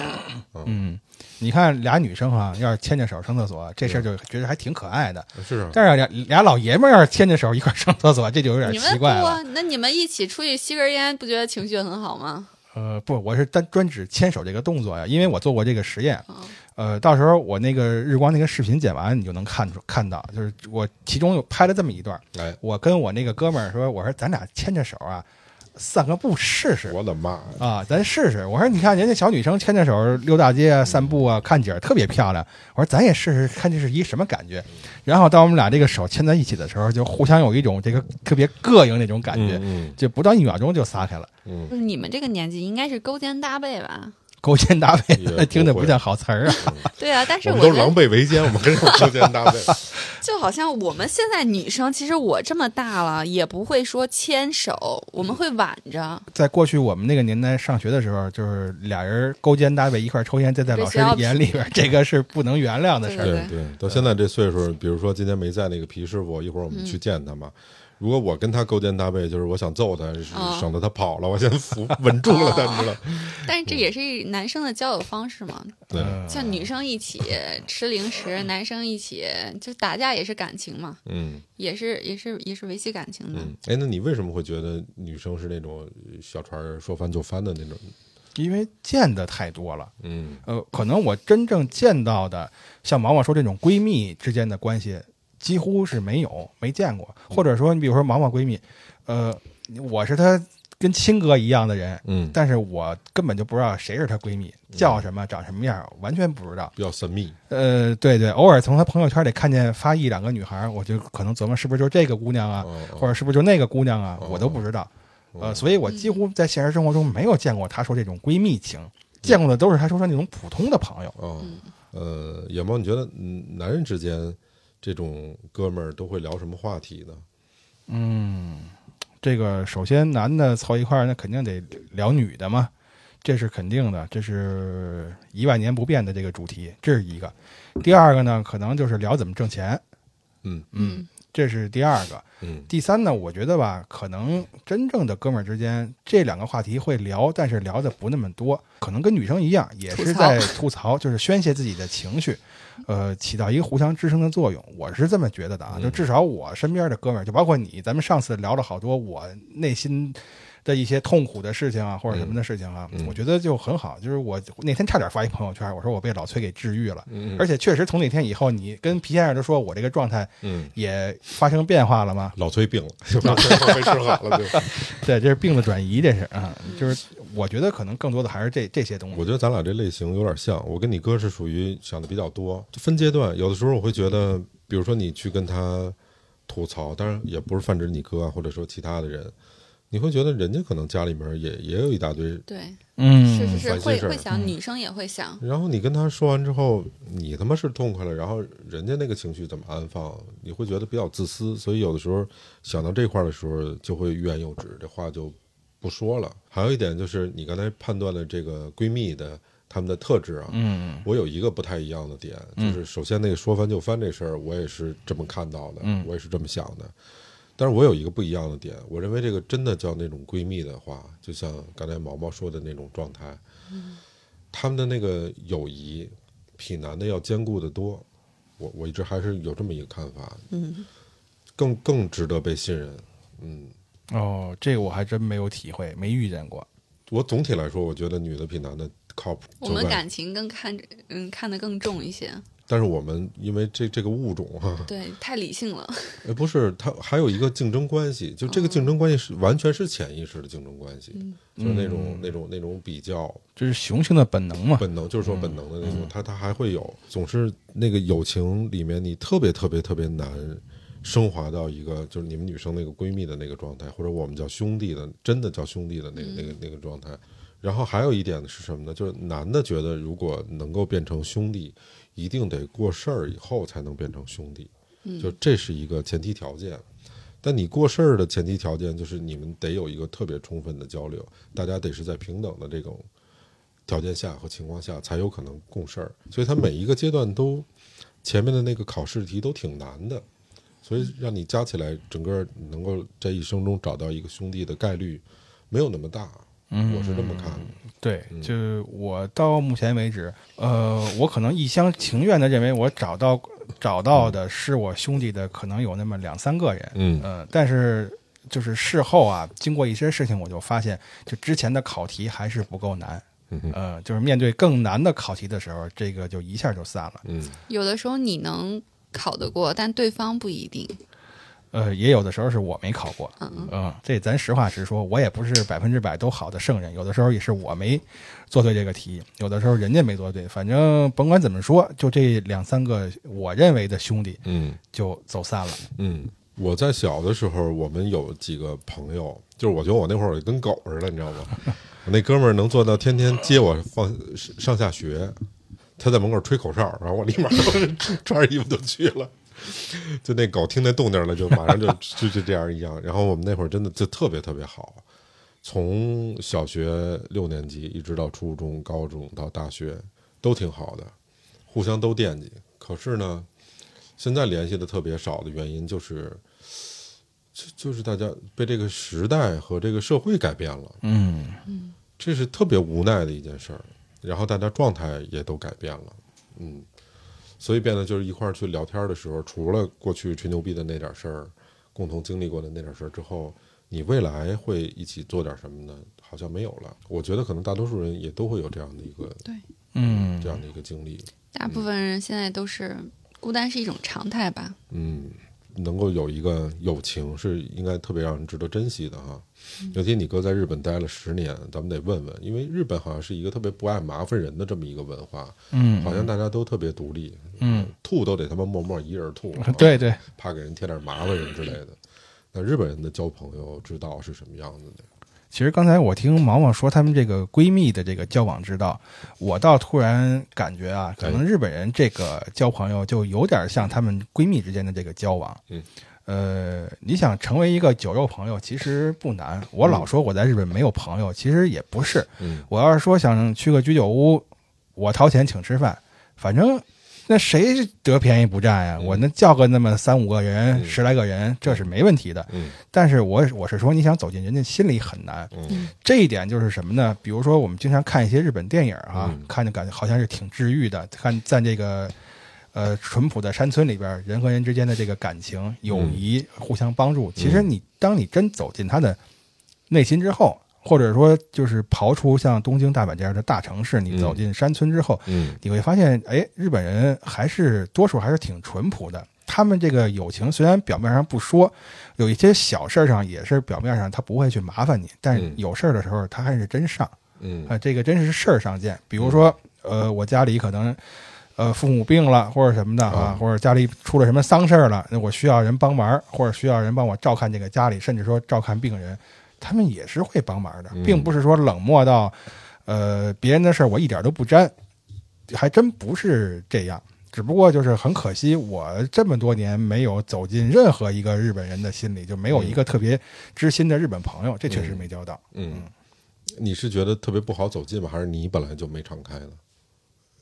[SPEAKER 1] 嗯，你看俩女生哈、要是牵着手上厕所，这事儿就觉得还挺可爱的。
[SPEAKER 4] [laughs] 是啊，
[SPEAKER 1] 但是俩俩老爷们儿要是牵着手一块儿上厕所，这就有点
[SPEAKER 2] 你
[SPEAKER 1] 奇
[SPEAKER 2] 们
[SPEAKER 1] 怪
[SPEAKER 2] 不
[SPEAKER 1] 了。
[SPEAKER 2] 啊，那你们一起出去吸根烟，不觉得情绪很好吗？
[SPEAKER 1] 呃，不，我是单专指牵手这个动作呀，因为我做过这个实验。
[SPEAKER 2] 哦
[SPEAKER 1] 呃，到时候我那个日光那个视频剪完，你就能看出看到，就是我其中有拍了这么一段，
[SPEAKER 4] 哎，
[SPEAKER 1] 我跟我那个哥们儿说，我说咱俩牵着手啊，散个步试试。
[SPEAKER 4] 我的妈！
[SPEAKER 1] 啊，咱试试。我说，你看人家小女生牵着手溜大街啊、
[SPEAKER 4] 嗯
[SPEAKER 1] 散步啊，看景儿特别漂亮。我说，咱也试试看这是一什么感觉。然后当我们俩这个手牵在一起的时候，就互相有一种这个特别膈应那种感觉，
[SPEAKER 4] 嗯
[SPEAKER 1] 就不到一秒钟就撒开了，
[SPEAKER 4] 嗯
[SPEAKER 2] 就是你们这个年纪应该是勾肩搭背吧？
[SPEAKER 1] 勾肩搭背
[SPEAKER 4] 哎也不
[SPEAKER 1] 的，
[SPEAKER 4] 会
[SPEAKER 1] 听着不像好词儿啊。 [laughs]
[SPEAKER 2] 对啊，但是
[SPEAKER 4] 我
[SPEAKER 2] 我
[SPEAKER 4] 们都
[SPEAKER 2] 觉
[SPEAKER 4] 狼
[SPEAKER 2] 得
[SPEAKER 4] 狈为奸，我们跟人勾肩搭背。
[SPEAKER 2] 就好像我们现在女生，其实我这么大了也不会说牵手，我
[SPEAKER 4] 嗯
[SPEAKER 2] 们会挽着，
[SPEAKER 1] 在过去我们那个年代上学的时候，就是俩人勾肩搭背一块儿抽烟，这在老师
[SPEAKER 2] 这学校
[SPEAKER 1] 眼里边儿，这个是不能原谅的事儿。
[SPEAKER 2] 对
[SPEAKER 4] 对，到现在这岁数，比如说今天没在那个皮师傅，一会儿我们去见他嘛。如果我跟他勾肩搭背，就是我想揍他，是
[SPEAKER 2] 哦
[SPEAKER 4] 省得他跑了，我先扶稳住了他，你知道？
[SPEAKER 2] 但是这也是男生的交友方式嘛。
[SPEAKER 4] 对，
[SPEAKER 1] 嗯
[SPEAKER 2] 像女生一起吃零食，男生一起就打架也是感情嘛，
[SPEAKER 4] 嗯
[SPEAKER 2] 也是也是也是维系感情的。
[SPEAKER 4] 嗯。哎，那你为什么会觉得女生是那种小船儿说翻就翻的那种？
[SPEAKER 1] 因为见的太多了。
[SPEAKER 4] 嗯
[SPEAKER 1] 呃，可能我真正见到的，像毛毛说这种闺蜜之间的关系，几乎是没有没见过，或者说你比如说毛毛闺蜜，呃，我是她跟亲哥一样的人，
[SPEAKER 4] 嗯，
[SPEAKER 1] 但是我根本就不知道谁是她闺蜜，叫什么，长什么样，完全不知道。
[SPEAKER 4] 比较神秘，
[SPEAKER 1] 呃，对对，偶尔从她朋友圈里看见发一两个女孩，我就可能琢磨是不是就这个姑娘啊，
[SPEAKER 4] 哦哦
[SPEAKER 1] 或者是不是就那个姑娘啊，
[SPEAKER 4] 哦
[SPEAKER 1] 我都不知道。
[SPEAKER 4] 哦
[SPEAKER 1] 呃，所以我几乎在现实生活中没有见过她说这种闺蜜情，见过的都是她说说那种普通的朋友。
[SPEAKER 4] 哦，呃，野猫，你觉得嗯男人之间这种哥们儿都会聊什么话题呢？
[SPEAKER 1] 这个首先男的凑一块儿，那肯定得聊女的嘛，这是肯定的，这是一万年不变的这个主题，这是一个。第二个呢，可能就是聊怎么挣钱，
[SPEAKER 4] 嗯
[SPEAKER 1] 嗯，这是第二个。
[SPEAKER 4] 嗯
[SPEAKER 1] 第三呢，我觉得吧，可能真正的哥们儿之间，这两个话题会聊，但是聊的不那么多，可能跟女生一样，也
[SPEAKER 2] 吐
[SPEAKER 1] 是
[SPEAKER 2] 槽
[SPEAKER 1] 在 [laughs] 吐槽，就是宣泄自己的情绪，呃，起到一个互相支撑的作用。我是这么觉得的
[SPEAKER 4] 嗯
[SPEAKER 1] 啊，就至少我身边的哥们儿，就包括你，咱们上次聊了好多我内心。的一些痛苦的事情啊，或者什么
[SPEAKER 4] 嗯
[SPEAKER 1] 的事情啊，我觉得就很好。就是我那天差点发一朋友圈，我说我被老崔给治愈了，
[SPEAKER 4] 嗯
[SPEAKER 1] 而且确实从那天以后，你跟皮先生都说我这个状态
[SPEAKER 4] 嗯，
[SPEAKER 1] 也发生变化了
[SPEAKER 4] [laughs]
[SPEAKER 1] 吗？
[SPEAKER 4] [laughs] 老崔病了，就把崔放没吃好了，对吧。
[SPEAKER 1] 对，这是病的转移，这是啊，就是我觉得可能更多的还是这这些东西。
[SPEAKER 4] 嗯我觉得咱俩这类型有点像，我跟你哥是属于想的比较多，就分阶段。有的时候我会觉得，比如说你去跟他吐槽，当然也不是泛指你哥啊，或者说其他的人，你会觉得人家可能家里面也也有一大堆，
[SPEAKER 2] 对，
[SPEAKER 1] 嗯
[SPEAKER 2] 是是是，
[SPEAKER 4] 烦心
[SPEAKER 2] 会
[SPEAKER 4] 事儿嗯
[SPEAKER 2] 会想，女生也会想，
[SPEAKER 4] 然后你跟他说完之后，你他妈是痛快了，然后人家那个情绪怎么安放？你会觉得比较自私，所以有的时候想到这块儿的时候，就会欲言又止，这话就不说了。还有一点就是你刚才判断的这个闺蜜的她们的特质啊，
[SPEAKER 1] 嗯
[SPEAKER 4] 我有一个不太一样的点，就是首先那个说翻就翻这事儿，我也是这么看到的，
[SPEAKER 1] 嗯
[SPEAKER 4] 我也是这么想的。但是我有一个不一样的点，我认为这个真的叫那种闺蜜的话，就像刚才毛毛说的那种状态，他们的那个友谊比男的要坚固的多。我我一直还是有这么一个看法，
[SPEAKER 2] 嗯，
[SPEAKER 4] 更更值得被信任。嗯，
[SPEAKER 1] 哦，这个我还真没有体会，没遇见过。
[SPEAKER 4] 我总体来说，我觉得女的比男的靠谱。
[SPEAKER 2] 我们
[SPEAKER 4] 就外
[SPEAKER 2] 感情更看嗯看得更重一些，
[SPEAKER 4] 但是我们因为这这个物种哈、
[SPEAKER 2] 对，太理性了， [laughs]
[SPEAKER 4] 呃，不是，它还有一个竞争关系，就这个竞争关系是完全是潜意识的竞争关系，
[SPEAKER 2] 嗯
[SPEAKER 4] 就是那种那种那种比较
[SPEAKER 1] 这是雄性的本能嘛？嗯
[SPEAKER 4] 本能，就是说本能的那种，它它还会有，总是那个友情里面你特别特别特别难升华到一个就是你们女生那个闺蜜的那个状态，或者我们叫兄弟的，真的叫兄弟的那个
[SPEAKER 1] 嗯
[SPEAKER 4] 那个那个状态。然后还有一点是什么呢？就是男的觉得如果能够变成兄弟，一定得过事儿以后才能变成兄弟，
[SPEAKER 1] 嗯
[SPEAKER 4] 就这是一个前提条件。但你过事儿的前提条件就是你们得有一个特别充分的交流，大家得是在平等的这种条件下和情况下才有可能共事儿。所以他每一个阶段都前面的那个考试题都挺难的，所以让你加起来整个能够在一生中找到一个兄弟的概率没有那么大。我是这么看的。
[SPEAKER 1] 对，就是我到目前为止，呃，我可能一厢情愿的认为我找到找到的是我兄弟的，可能有那么两三个人，
[SPEAKER 4] 嗯
[SPEAKER 1] 呃，但是就是事后啊，经过一些事情，我就发现，就之前的考题还是不够难，呃，就是面对更难的考题的时候，这个就一下就散了。
[SPEAKER 4] 嗯，
[SPEAKER 2] 有的时候你能考得过，但对方不一定，
[SPEAKER 1] 呃，也有的时候是我没考过，
[SPEAKER 2] 嗯
[SPEAKER 1] 嗯，这咱实话实说，我也不是百分之百都好的圣人，有的时候也是我没做对这个题，有的时候人家没做对，反正甭管怎么说，就这两三个我认为的兄弟
[SPEAKER 4] 嗯
[SPEAKER 1] 就走散了。
[SPEAKER 4] 嗯，我在小的时候，我们有几个朋友，就是我觉得我那会儿跟狗似的，你知道吗？ [laughs] 我那哥们儿能做到天天接我放上下学，他在门口吹口哨，然后我立马穿着衣服就 [laughs] 去了。就那狗听那动静了，就马上就就就这样一样。然后我们那会儿真的就特别特别好，从小学六年级一直到初中、高中到大学都挺好的，互相都惦记。可是呢，现在联系的特别少的原因就是，就就是大家被这个时代和这个社会改变了，
[SPEAKER 1] 嗯，
[SPEAKER 4] 这是特别无奈的一件事儿。然后大家状态也都改变了，嗯，所以变得就是一块儿去聊天的时候，除了过去吹牛逼的那点事儿，共同经历过的那点事儿之后，你未来会一起做点什么呢？好像没有了。我觉得可能大多数人也都会有这样的一个，
[SPEAKER 2] 对，
[SPEAKER 1] 嗯
[SPEAKER 4] 这样的一个经历。
[SPEAKER 2] 大部分人现在都是孤单是一种常态吧，
[SPEAKER 4] 嗯，能够有一个友情，是应该特别让人值得珍惜的哈。尤其你哥在日本待了十年，咱们得问问，因为日本好像是一个特别不爱麻烦人的这么一个文化，
[SPEAKER 1] 嗯，
[SPEAKER 4] 好像大家都特别独立，
[SPEAKER 1] 嗯，，
[SPEAKER 4] 吐都得他妈默默一人吐了
[SPEAKER 1] 对对，
[SPEAKER 4] 怕给人添点麻烦人之类的。那日本人的交朋友之道是什么样子的？
[SPEAKER 1] 其实刚才我听毛毛说她们这个闺蜜的这个交往之道，我倒突然感觉啊，可能日本人这个交朋友就有点像她们闺蜜之间的这个交往。
[SPEAKER 4] 嗯，
[SPEAKER 1] 呃，你想成为一个酒肉朋友，其实不难。我老说我在日本没有朋友，其实也不是。
[SPEAKER 4] 嗯，
[SPEAKER 1] 我要是说想去个居酒屋，我掏钱请吃饭，反正。那谁得便宜不占呀、
[SPEAKER 4] 嗯
[SPEAKER 1] 我能叫个那么三五个人、
[SPEAKER 4] 嗯
[SPEAKER 1] 十来个人，这是没问题的。
[SPEAKER 4] 嗯
[SPEAKER 1] 但是我我是说，你想走进人家心里很难。
[SPEAKER 4] 嗯
[SPEAKER 1] 这一点就是什么呢？比如说，我们经常看一些日本电影啊，
[SPEAKER 4] 嗯
[SPEAKER 1] 看着感觉好像是挺治愈的。看在这个呃淳朴的山村里边，人和人之间的这个感情、友谊、互相帮助，其实你当你真走进他的内心之后，或者说就是刨出像东京、大阪这样的大城市，你
[SPEAKER 4] 嗯
[SPEAKER 1] 走进山村之后，
[SPEAKER 4] 嗯
[SPEAKER 1] 你会发现，哎，日本人还是多数还是挺淳朴的。他们这个友情虽然表面上不说，有一些小事儿上也是表面上他不会去麻烦你，但是
[SPEAKER 4] 嗯
[SPEAKER 1] 有事儿的时候他还是真上
[SPEAKER 4] 嗯
[SPEAKER 1] 啊、这个真是事儿上见。比如说，呃，我家里可能呃父母病了或者什么的啊
[SPEAKER 4] 啊，
[SPEAKER 1] 或者家里出了什么丧事儿了，那我需要人帮忙，或者需要人帮我照看这个家里，甚至说照看病人，他们也是会帮忙的，
[SPEAKER 4] 嗯
[SPEAKER 1] 并不是说冷漠到呃别人的事儿我一点都不沾。还真不是这样。只不过就是很可惜，我这么多年没有走进任何一个日本人的心里，就没有一个特别知心的日本朋友，这确实没交到。
[SPEAKER 4] 嗯，你是觉得特别不好走近吗？还是你本来就没敞开呢？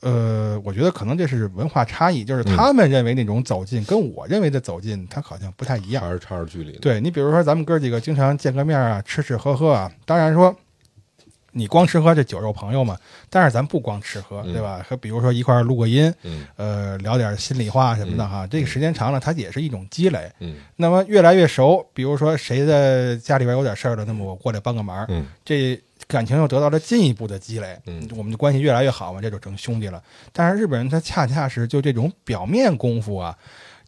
[SPEAKER 1] 呃，我觉得可能这是文化差异，就是他们认为那种走近跟我认为的走近，它好像不太一样。
[SPEAKER 4] 还是差着距离呢？
[SPEAKER 1] 对你，比如说咱们哥几个经常见个面啊，吃吃喝喝啊。当然说，你光吃喝这酒肉朋友嘛，但是咱不光吃喝，对吧？和比如说一块儿录个音，
[SPEAKER 4] 嗯
[SPEAKER 1] 呃，聊点心里话什么的哈。这个时间长了，它也是一种积累。
[SPEAKER 4] 嗯
[SPEAKER 1] 那么越来越熟，比如说谁的家里边有点事儿了，那么我过来帮个忙，
[SPEAKER 4] 嗯
[SPEAKER 1] 这感情又得到了进一步的积累，
[SPEAKER 4] 嗯
[SPEAKER 1] 我们的关系越来越好嘛，这就成兄弟了。但是日本人他恰恰是就这种表面功夫啊，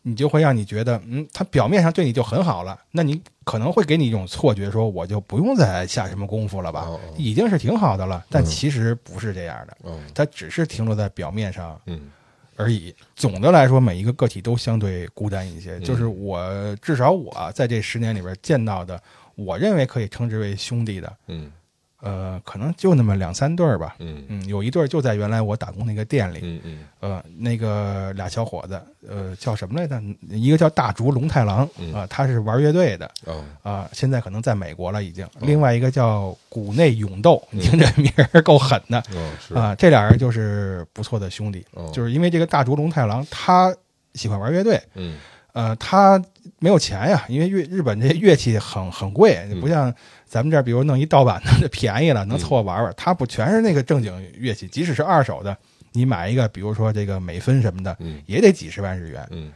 [SPEAKER 1] 你就会让你觉得，嗯，他表面上对你就很好了，那你可能会给你一种错觉，说我就不用再下什么功夫了吧，
[SPEAKER 4] 哦哦嗯
[SPEAKER 1] 已经是挺好的了。但其实不是这样的，
[SPEAKER 4] 哦
[SPEAKER 1] 他只是停留在表面上，
[SPEAKER 4] 嗯
[SPEAKER 1] 而已。总的来说，每一个个体都相对孤单一
[SPEAKER 4] 嗯
[SPEAKER 1] 些。就是我至少我在这十年里边见到的，我认为可以称之为兄弟的，
[SPEAKER 4] 嗯
[SPEAKER 1] 呃，可能就那么两三对儿吧。
[SPEAKER 4] 嗯
[SPEAKER 1] 嗯，有一对儿就在原来我打工那个店里，
[SPEAKER 4] 嗯嗯
[SPEAKER 1] 呃，那个俩小伙子，呃，叫什么来着？一个叫大竹龙太郎，
[SPEAKER 4] 嗯
[SPEAKER 1] 啊、他是玩乐队的，
[SPEAKER 4] 哦
[SPEAKER 1] 啊、现在可能在美国了已经。另外一个叫谷内勇斗，你听这名儿够狠的，
[SPEAKER 4] 哦嗯是
[SPEAKER 1] 啊，这俩人就是不错的兄弟，
[SPEAKER 4] 哦
[SPEAKER 1] 就是因为这个大竹龙太郎他喜欢玩乐队，
[SPEAKER 4] 嗯
[SPEAKER 1] 呃，他没有钱呀，因为乐日本这些乐器很很贵，不像咱们这儿，比如弄一盗版的这便宜了，能凑合玩玩。他不全是那个正经乐器，即使是二手的，你买一个，比如说这个美分什么的，
[SPEAKER 4] 嗯
[SPEAKER 1] 也得几十万日元，
[SPEAKER 4] 嗯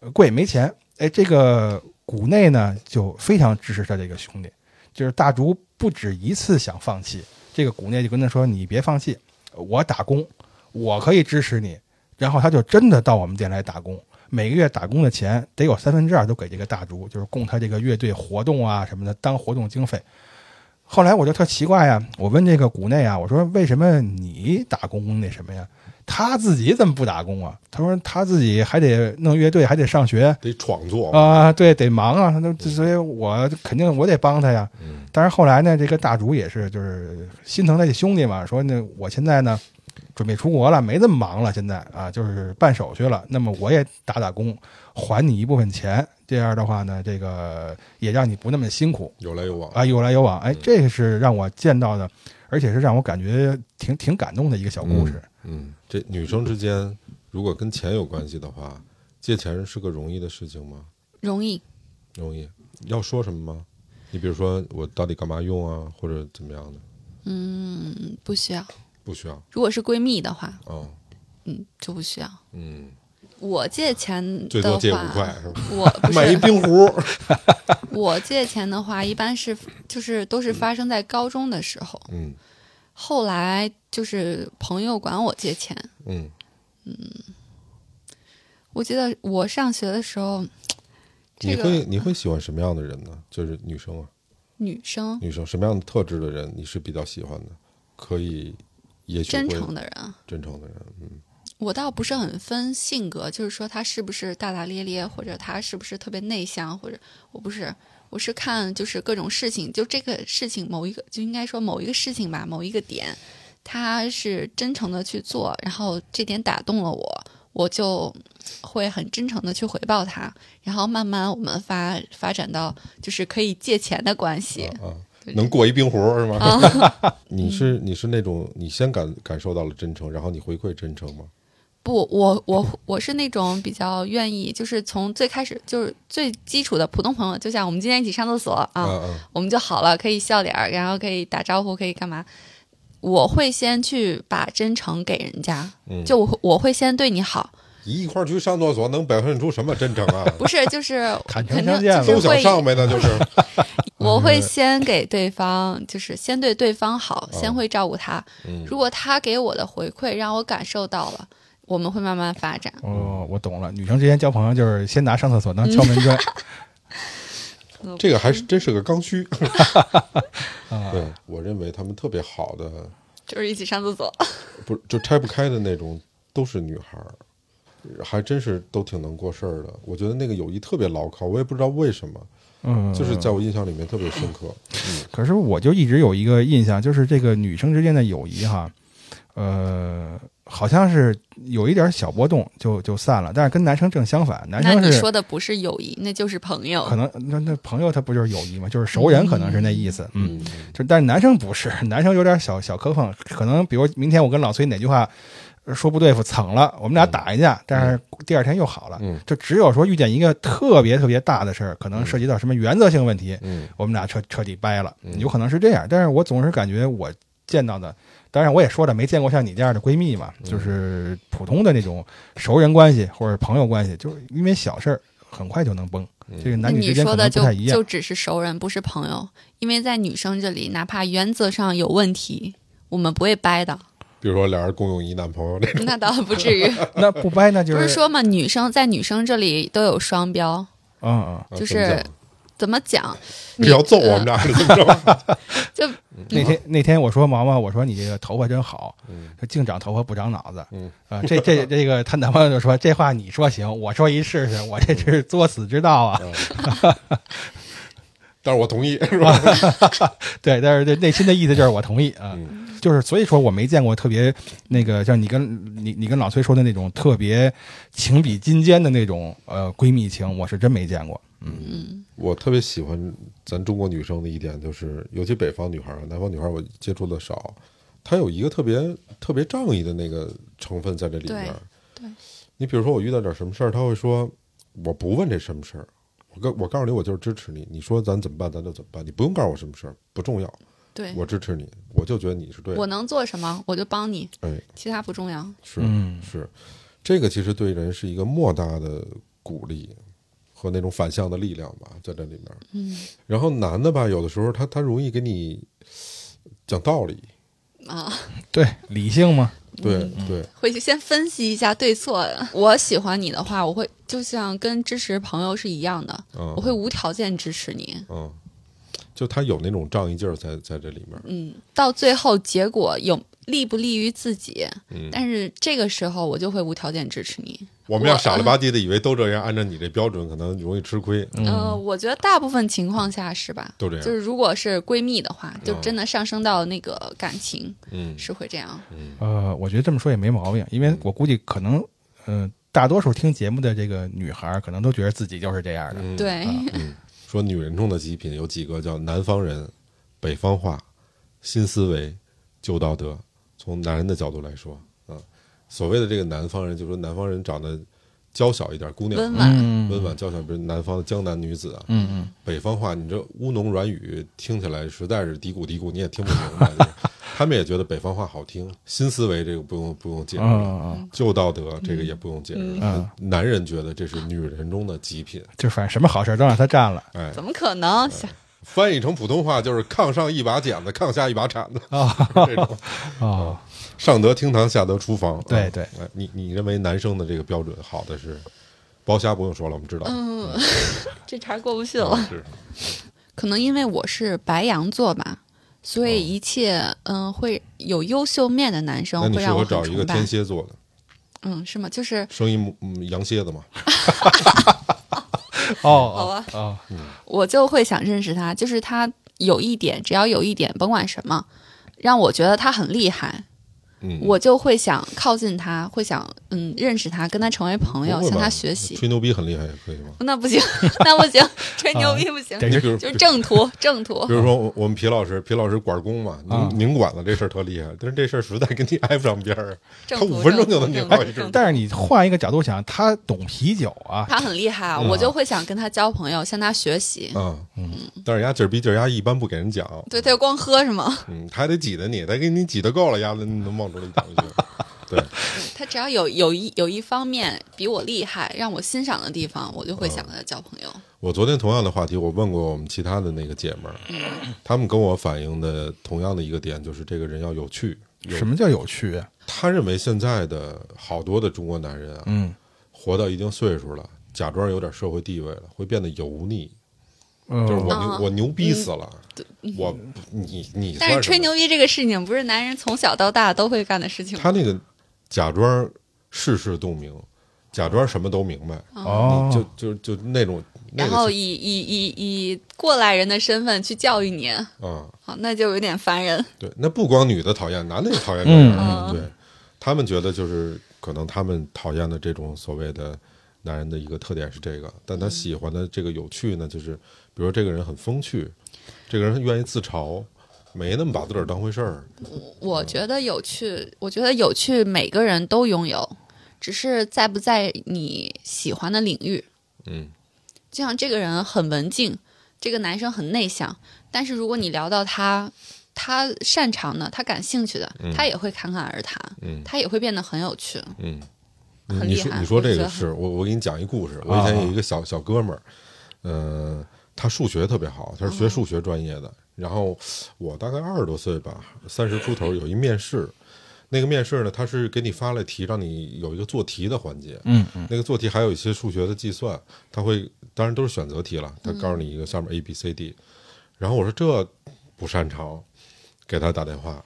[SPEAKER 1] 呃贵没钱。哎，这个谷内呢就非常支持他这个兄弟，就是大竹不止一次想放弃，这个谷内就跟他说：“你别放弃，我打工，我可以支持你。”然后他就真的到我们店来打工，每个月打工的钱得有三分之二都给这个大竹，就是供他这个乐队活动啊什么的当活动经费。后来我就特奇怪呀、啊我问这个谷内啊，我说为什么你打工那什么呀？他自己怎么不打工啊？他说他自己还得弄乐队，还得上学，
[SPEAKER 4] 得创作嘛
[SPEAKER 1] 啊、对，得忙啊，那所以我肯定我得帮他呀。
[SPEAKER 4] 嗯
[SPEAKER 1] 但是后来呢，这个大竹也是就是心疼他这兄弟嘛，说那我现在呢准备出国了，没这么忙了，现在啊就是办手续了，那么我也打打工，还你一部分钱，这样的话呢，这个也让你不那么辛苦
[SPEAKER 4] 有来有往
[SPEAKER 1] 啊，有来有往，哎，这个是让我见到的，而且是让我感觉挺挺感动的一个小故事。
[SPEAKER 4] 嗯，这女生之间如果跟钱有关系的话，借钱是个容易的事情吗？
[SPEAKER 2] 容易。
[SPEAKER 4] 容易。要说什么吗？你比如说我到底干嘛用啊，或者怎么样的？
[SPEAKER 2] 嗯，不需要。
[SPEAKER 4] 不需要
[SPEAKER 2] 如果是闺蜜的话，
[SPEAKER 4] 哦，
[SPEAKER 2] 嗯，就不需要。
[SPEAKER 4] 嗯，
[SPEAKER 2] 我借钱
[SPEAKER 4] 最
[SPEAKER 2] 的
[SPEAKER 4] 多
[SPEAKER 2] 话，
[SPEAKER 4] 借五块是吧？
[SPEAKER 2] 我不
[SPEAKER 4] [laughs] 买一
[SPEAKER 2] 是
[SPEAKER 4] 冰壶，
[SPEAKER 2] [laughs] 我借钱的话，一般是就是都是发生在高中的时候，
[SPEAKER 4] 嗯
[SPEAKER 2] 后来就是朋友管我借钱。
[SPEAKER 4] 嗯
[SPEAKER 2] 我记得我上学的时候，
[SPEAKER 4] 你
[SPEAKER 2] 这个
[SPEAKER 4] 会你会喜欢什么样的人呢？就是女生啊，
[SPEAKER 2] 女生
[SPEAKER 4] 女生什么样的特质的人你是比较喜欢的？可以，也许
[SPEAKER 2] 真
[SPEAKER 4] 会
[SPEAKER 2] 诚的人，啊
[SPEAKER 4] 真诚的人，嗯，
[SPEAKER 2] 我倒不是很分性格，就是说他是不是大大咧咧，或者他是不是特别内向，或者我不是，我是看就是各种事情，就这个事情某一个就应该说某一个事情吧，某一个点，他是真诚的去做，然后这点打动了我，我就会很真诚的去回报他，然后慢慢我们发发展到就是可以借钱的关系，
[SPEAKER 4] 啊，能过一冰壶是吗？
[SPEAKER 2] 啊
[SPEAKER 4] [laughs] 你是你是那种你先感感受到了真诚，然后你回馈真诚吗？
[SPEAKER 2] 不，我我我是那种比较愿意，就是从最开始就是最基础的普通朋友，就像我们今天一起上厕所啊，
[SPEAKER 4] 啊啊，
[SPEAKER 2] 我们就好了，可以笑脸儿，然后可以打招呼，可以干嘛？我会先去把真诚给人家，
[SPEAKER 4] 嗯
[SPEAKER 2] 就我会我会先对你好，
[SPEAKER 4] 一块儿去上厕所能表现出什么真诚啊？
[SPEAKER 2] [laughs] 不是
[SPEAKER 4] [laughs]
[SPEAKER 2] 就是
[SPEAKER 1] 坦诚
[SPEAKER 2] 肯
[SPEAKER 1] 相
[SPEAKER 2] 定
[SPEAKER 1] 见
[SPEAKER 2] 就
[SPEAKER 4] 都
[SPEAKER 2] 是
[SPEAKER 4] 想
[SPEAKER 2] 会
[SPEAKER 4] 上嗯呗，那
[SPEAKER 2] [laughs]
[SPEAKER 4] 就是
[SPEAKER 2] 我会先给对方，就是先对对方好，
[SPEAKER 4] 嗯
[SPEAKER 2] 先会照顾他。如果他给我的回馈让我感受到了，我们会慢慢发展。
[SPEAKER 4] 嗯
[SPEAKER 1] 哦，我懂了，女生之间交朋友就是先拿上厕所当敲门
[SPEAKER 4] [laughs]
[SPEAKER 1] 砖。
[SPEAKER 4] 这个还是真是个刚
[SPEAKER 2] [laughs]
[SPEAKER 4] 需。对，我认为他们特别好的，
[SPEAKER 2] 就是一起上厕所，
[SPEAKER 4] 不是就拆不开的那种，都是女孩儿，还真是都挺能过事儿的。我觉得那个友谊特别牢靠，我也不知道为什么，
[SPEAKER 1] 嗯，
[SPEAKER 4] 就是在我印象里面特别深刻。
[SPEAKER 1] 可是我就一直有一个印象，就是这个女生之间的友谊哈，呃，好像是有一点小波动就就散了，但是跟男生正相反，男
[SPEAKER 2] 那
[SPEAKER 1] 生
[SPEAKER 2] 你
[SPEAKER 1] 是
[SPEAKER 2] 说的不是友谊，那就是朋友
[SPEAKER 1] 可。能那那朋友他不就是友谊嘛，就是熟人可能是那意思，嗯，
[SPEAKER 4] 嗯，
[SPEAKER 1] 就但是男生不是，男生有点小小磕碰，可能比如明天我跟老崔哪句话说不对付，蹭了，我们俩打一架，但是第二天又好了，
[SPEAKER 4] 嗯
[SPEAKER 1] 就只有说遇见一个特别特别大的事儿，可能涉及到什么原则性问题，
[SPEAKER 4] 嗯
[SPEAKER 1] 我们俩彻彻底掰了，
[SPEAKER 4] 嗯
[SPEAKER 1] 有可能是这样。但是我总是感觉我见到的，当然我也说了，没见过像你这样的闺蜜嘛，
[SPEAKER 4] 嗯
[SPEAKER 1] 就是普通的那种熟人关系或者朋友关系，就是因为小事儿很快就能崩。
[SPEAKER 4] 嗯
[SPEAKER 1] 这个
[SPEAKER 2] 那
[SPEAKER 1] 男女
[SPEAKER 2] 你
[SPEAKER 1] 之间可
[SPEAKER 2] 说
[SPEAKER 1] 能
[SPEAKER 2] 的
[SPEAKER 1] 不
[SPEAKER 2] 就
[SPEAKER 1] 太一样
[SPEAKER 2] 就。只是熟人，不是朋友，因为在女生这里，哪怕原则上有问题，我们不会掰
[SPEAKER 1] [laughs]
[SPEAKER 2] 的，
[SPEAKER 4] 比如说俩人共用一男朋友那种，
[SPEAKER 2] 那倒不至于。
[SPEAKER 1] 那不掰那就
[SPEAKER 2] 不是说嘛，女生在女生这里都有双标，
[SPEAKER 1] 嗯嗯，
[SPEAKER 4] 啊
[SPEAKER 2] 就
[SPEAKER 4] 怎么
[SPEAKER 2] 是呃
[SPEAKER 4] 讲
[SPEAKER 2] 怎么讲？
[SPEAKER 4] 不要揍啊我们俩，你怎么着？ [laughs]
[SPEAKER 2] 就
[SPEAKER 1] 那天那天我说毛毛，我说你这个头发真好，说净长头发不长脑子。
[SPEAKER 4] 嗯
[SPEAKER 1] 啊，这这这个她男朋友就说这话你说行，我说一试试，我这是作死之道啊。
[SPEAKER 4] 但是我同意， [laughs] 是吧？
[SPEAKER 1] 对，但是这内心的意思就是我同意啊，就是所以说我没见过特别那个像你跟你你跟老崔说的那种特别情比金坚的那种呃闺蜜情，我是真没见过。
[SPEAKER 4] 我特别喜欢咱中国女生的一点就是，尤其北方女孩儿，南方女孩儿我接触的少，她有一个特别特别仗义的那个成分在这里面儿。
[SPEAKER 2] 对对
[SPEAKER 4] 你比如说我遇到点什么事儿，她会说我不问这什么事儿，我告我告诉你我就是支持你，你说咱怎么办咱就怎么办，你不用告诉我什么事儿，不重要，
[SPEAKER 2] 对
[SPEAKER 4] 我支持你，我就觉得你是对的。
[SPEAKER 2] 我能做什么，我就帮你，
[SPEAKER 4] 哎，
[SPEAKER 2] 其他不重要。
[SPEAKER 4] 是、
[SPEAKER 1] 嗯
[SPEAKER 4] 是，这个其实对人是一个莫大的鼓励和那种反向的力量吧，在这里面。
[SPEAKER 2] 嗯
[SPEAKER 4] 然后男的吧，有的时候他他容易给你讲道理，
[SPEAKER 2] 啊，
[SPEAKER 1] 对，理性嘛，
[SPEAKER 4] 对、对，
[SPEAKER 2] 回去先分析一下对
[SPEAKER 4] [laughs]
[SPEAKER 2] 错。我喜欢你的话，我会就像跟支持朋友是一样的，
[SPEAKER 4] 嗯
[SPEAKER 2] 我会无条件支持你。
[SPEAKER 4] 嗯，就他有那种仗义劲儿在在这里面，
[SPEAKER 2] 嗯，到最后结果有利不利于自己，
[SPEAKER 4] 嗯，
[SPEAKER 2] 但是这个时候我就会无条件支持你。
[SPEAKER 4] 我们俩傻了吧唧的以为都这样，按照你这标准可能容易吃亏，
[SPEAKER 2] 嗯、呃，我觉得大部分情况下是吧？
[SPEAKER 4] 都这样
[SPEAKER 2] 就是如果是闺蜜的话，就
[SPEAKER 4] 啊嗯
[SPEAKER 2] 真的上升到那个感情，
[SPEAKER 4] 嗯
[SPEAKER 2] 是会这样。
[SPEAKER 1] 呃，我觉得这么说也没毛病，因为我估计可能嗯、呃大多数听节目的这个女孩儿可能都觉得自己就是这样的。
[SPEAKER 4] 嗯，
[SPEAKER 2] 对，
[SPEAKER 4] 嗯，说女人中的极品有几个叫南方人、北方话、新思维、旧道德。从男人的角度来说，啊，所谓的这个南方人，就说南方人长得娇小一点，
[SPEAKER 2] [laughs]
[SPEAKER 4] 姑娘
[SPEAKER 2] 温婉。
[SPEAKER 1] 嗯
[SPEAKER 4] 温婉娇小，比如南方的江南女子啊，
[SPEAKER 1] 嗯嗯，
[SPEAKER 4] 北方话，你这乌侬软语听起来实在是嘀咕嘀咕，你也听不明白。
[SPEAKER 1] [laughs]
[SPEAKER 4] 就是他们也觉得北方话好听，新思维这个不用不用解释了，
[SPEAKER 1] 嗯嗯，
[SPEAKER 4] 旧道德这个也不用解释
[SPEAKER 1] 嗯
[SPEAKER 4] 了。男人觉得这是女人中的极品，
[SPEAKER 1] 就反正什么好事儿都让她占了。
[SPEAKER 4] 哎，
[SPEAKER 2] 怎么可能？想
[SPEAKER 4] 翻译成普通话就是炕上一把剪子，炕下一把铲子，
[SPEAKER 1] 啊
[SPEAKER 4] [laughs]
[SPEAKER 1] [laughs]
[SPEAKER 4] 这种
[SPEAKER 1] 哦，
[SPEAKER 4] 上得厅堂，下得厨房。
[SPEAKER 1] 对
[SPEAKER 4] 啊
[SPEAKER 1] 对
[SPEAKER 4] 哎你你认为男生的这个标准好的是包虾不用说了，我们知道。啊
[SPEAKER 2] 嗯， [laughs] 这茬儿过不去了。
[SPEAKER 4] 是
[SPEAKER 2] 可能因为我是白羊座
[SPEAKER 4] 嗯
[SPEAKER 2] 吧，所以一切嗯、会有优秀面的男生
[SPEAKER 4] 那你
[SPEAKER 2] 会
[SPEAKER 4] 适
[SPEAKER 2] 让我
[SPEAKER 4] 合
[SPEAKER 2] 很
[SPEAKER 4] 找一个
[SPEAKER 2] 崇拜
[SPEAKER 4] 天。蝎座的，
[SPEAKER 2] 嗯，是吗？就是
[SPEAKER 4] 声音嗯羊蝎子嘛，
[SPEAKER 2] 好
[SPEAKER 4] 啊
[SPEAKER 1] 哦
[SPEAKER 2] 吧
[SPEAKER 1] 哦哦，
[SPEAKER 2] 我就会想认识他，就是他有一点，只要有一点，甭管什么，让我觉得他很厉害，
[SPEAKER 4] 嗯，
[SPEAKER 2] 我就会想靠近他，会想嗯认识他，跟他成为朋友，
[SPEAKER 4] 不会吧
[SPEAKER 2] 向他学习。
[SPEAKER 4] 吹牛逼很厉害也可以吗？
[SPEAKER 2] 那不行， [laughs] 那不行，吹牛逼不行，
[SPEAKER 1] 得是
[SPEAKER 4] 比如
[SPEAKER 2] 就是正途，正途
[SPEAKER 4] 比。如说我我们皮老师，皮老师管工嘛，
[SPEAKER 1] 啊
[SPEAKER 4] 您您管了这事儿特厉害，但是这事儿实在跟你挨不上边儿，
[SPEAKER 2] 正
[SPEAKER 4] 他
[SPEAKER 2] 途
[SPEAKER 4] 五分钟就能拧
[SPEAKER 2] 正途
[SPEAKER 4] 到一只
[SPEAKER 2] 正途。
[SPEAKER 1] 但是你换一个角度想，他懂啤酒啊，
[SPEAKER 2] 他很厉害
[SPEAKER 4] 嗯
[SPEAKER 2] 啊，我就会想跟他交朋友，向他学习。
[SPEAKER 1] 嗯
[SPEAKER 4] 啊，但是人家劲儿逼劲儿，人家一般不给人讲，
[SPEAKER 2] 对，他就光喝是吗？
[SPEAKER 4] [laughs] 嗯，他还得挤得你，他给你挤得够了，丫的你能往出里讲一句，对，
[SPEAKER 2] 他只要有有一有一方面比我厉害，让我欣赏的地方，我就会想跟他交朋友。
[SPEAKER 4] 我昨天同样的话题，我问过我们其他的那个姐们儿，她们跟我反映的同样的一个点，就是这个人要有趣。有
[SPEAKER 1] 什么叫有趣啊？
[SPEAKER 4] 她认为现在的好多的中国男人啊，
[SPEAKER 1] 嗯
[SPEAKER 4] 活到一定岁数了，假装有点社会地位了，会变得油腻。
[SPEAKER 1] 嗯，
[SPEAKER 4] 就是我牛、
[SPEAKER 2] 啊
[SPEAKER 4] 我牛逼死了，我不你你
[SPEAKER 2] 但是
[SPEAKER 4] 算什
[SPEAKER 2] 吹
[SPEAKER 4] 么？
[SPEAKER 2] 牛逼这个事情，不是男人从小到大都会干的事情吗
[SPEAKER 4] 他？那个假装世事洞明，假装什么都明白，
[SPEAKER 1] 哦，
[SPEAKER 4] 就就就那种那
[SPEAKER 2] 然
[SPEAKER 4] 个
[SPEAKER 2] 后
[SPEAKER 4] 是
[SPEAKER 2] 以以以以过来人的身份去教育你，
[SPEAKER 4] 啊、
[SPEAKER 2] 好，那就有点烦人。
[SPEAKER 4] 对，那不光女的讨厌，男的也讨厌这
[SPEAKER 1] 嗯
[SPEAKER 4] 样。对，他们觉得就是可能他们讨厌的这种所谓的男人的一个特点是这个，但他喜欢的这个有趣呢，就是比如说这个人很风趣，这个人愿意自嘲，没那么把自个儿当回事儿。
[SPEAKER 2] 我觉得有趣，我觉得有趣，每个人都拥有，只是在不在你喜欢的领域。
[SPEAKER 4] 嗯，
[SPEAKER 2] 就像这个人很文静，这个男生很内向，但是如果你聊到他，他擅长的，他感兴趣的，他也会侃侃而谈，
[SPEAKER 4] 嗯
[SPEAKER 2] 他也会变得很有趣。
[SPEAKER 4] 嗯，你
[SPEAKER 2] 很
[SPEAKER 4] 你
[SPEAKER 2] 厉
[SPEAKER 4] 说
[SPEAKER 2] 害
[SPEAKER 4] 你说
[SPEAKER 2] 我觉
[SPEAKER 4] 这个
[SPEAKER 2] 得
[SPEAKER 4] 是我我给你讲一故事，我以前有一个小小哥们儿，呃，他数学特别好，他是
[SPEAKER 2] 哦
[SPEAKER 4] 学数学专业的。然后我大概二十多岁吧，三十出头，有一面试。那个面试呢，他是给你发了题，让你有一个做题的环节。
[SPEAKER 1] 嗯嗯
[SPEAKER 4] 那个做题还有一些数学的计算，他会当然都是选择题
[SPEAKER 2] 嗯
[SPEAKER 4] 了，他告诉你一个上面 A B C D，然后我说这不擅长，给他打电话，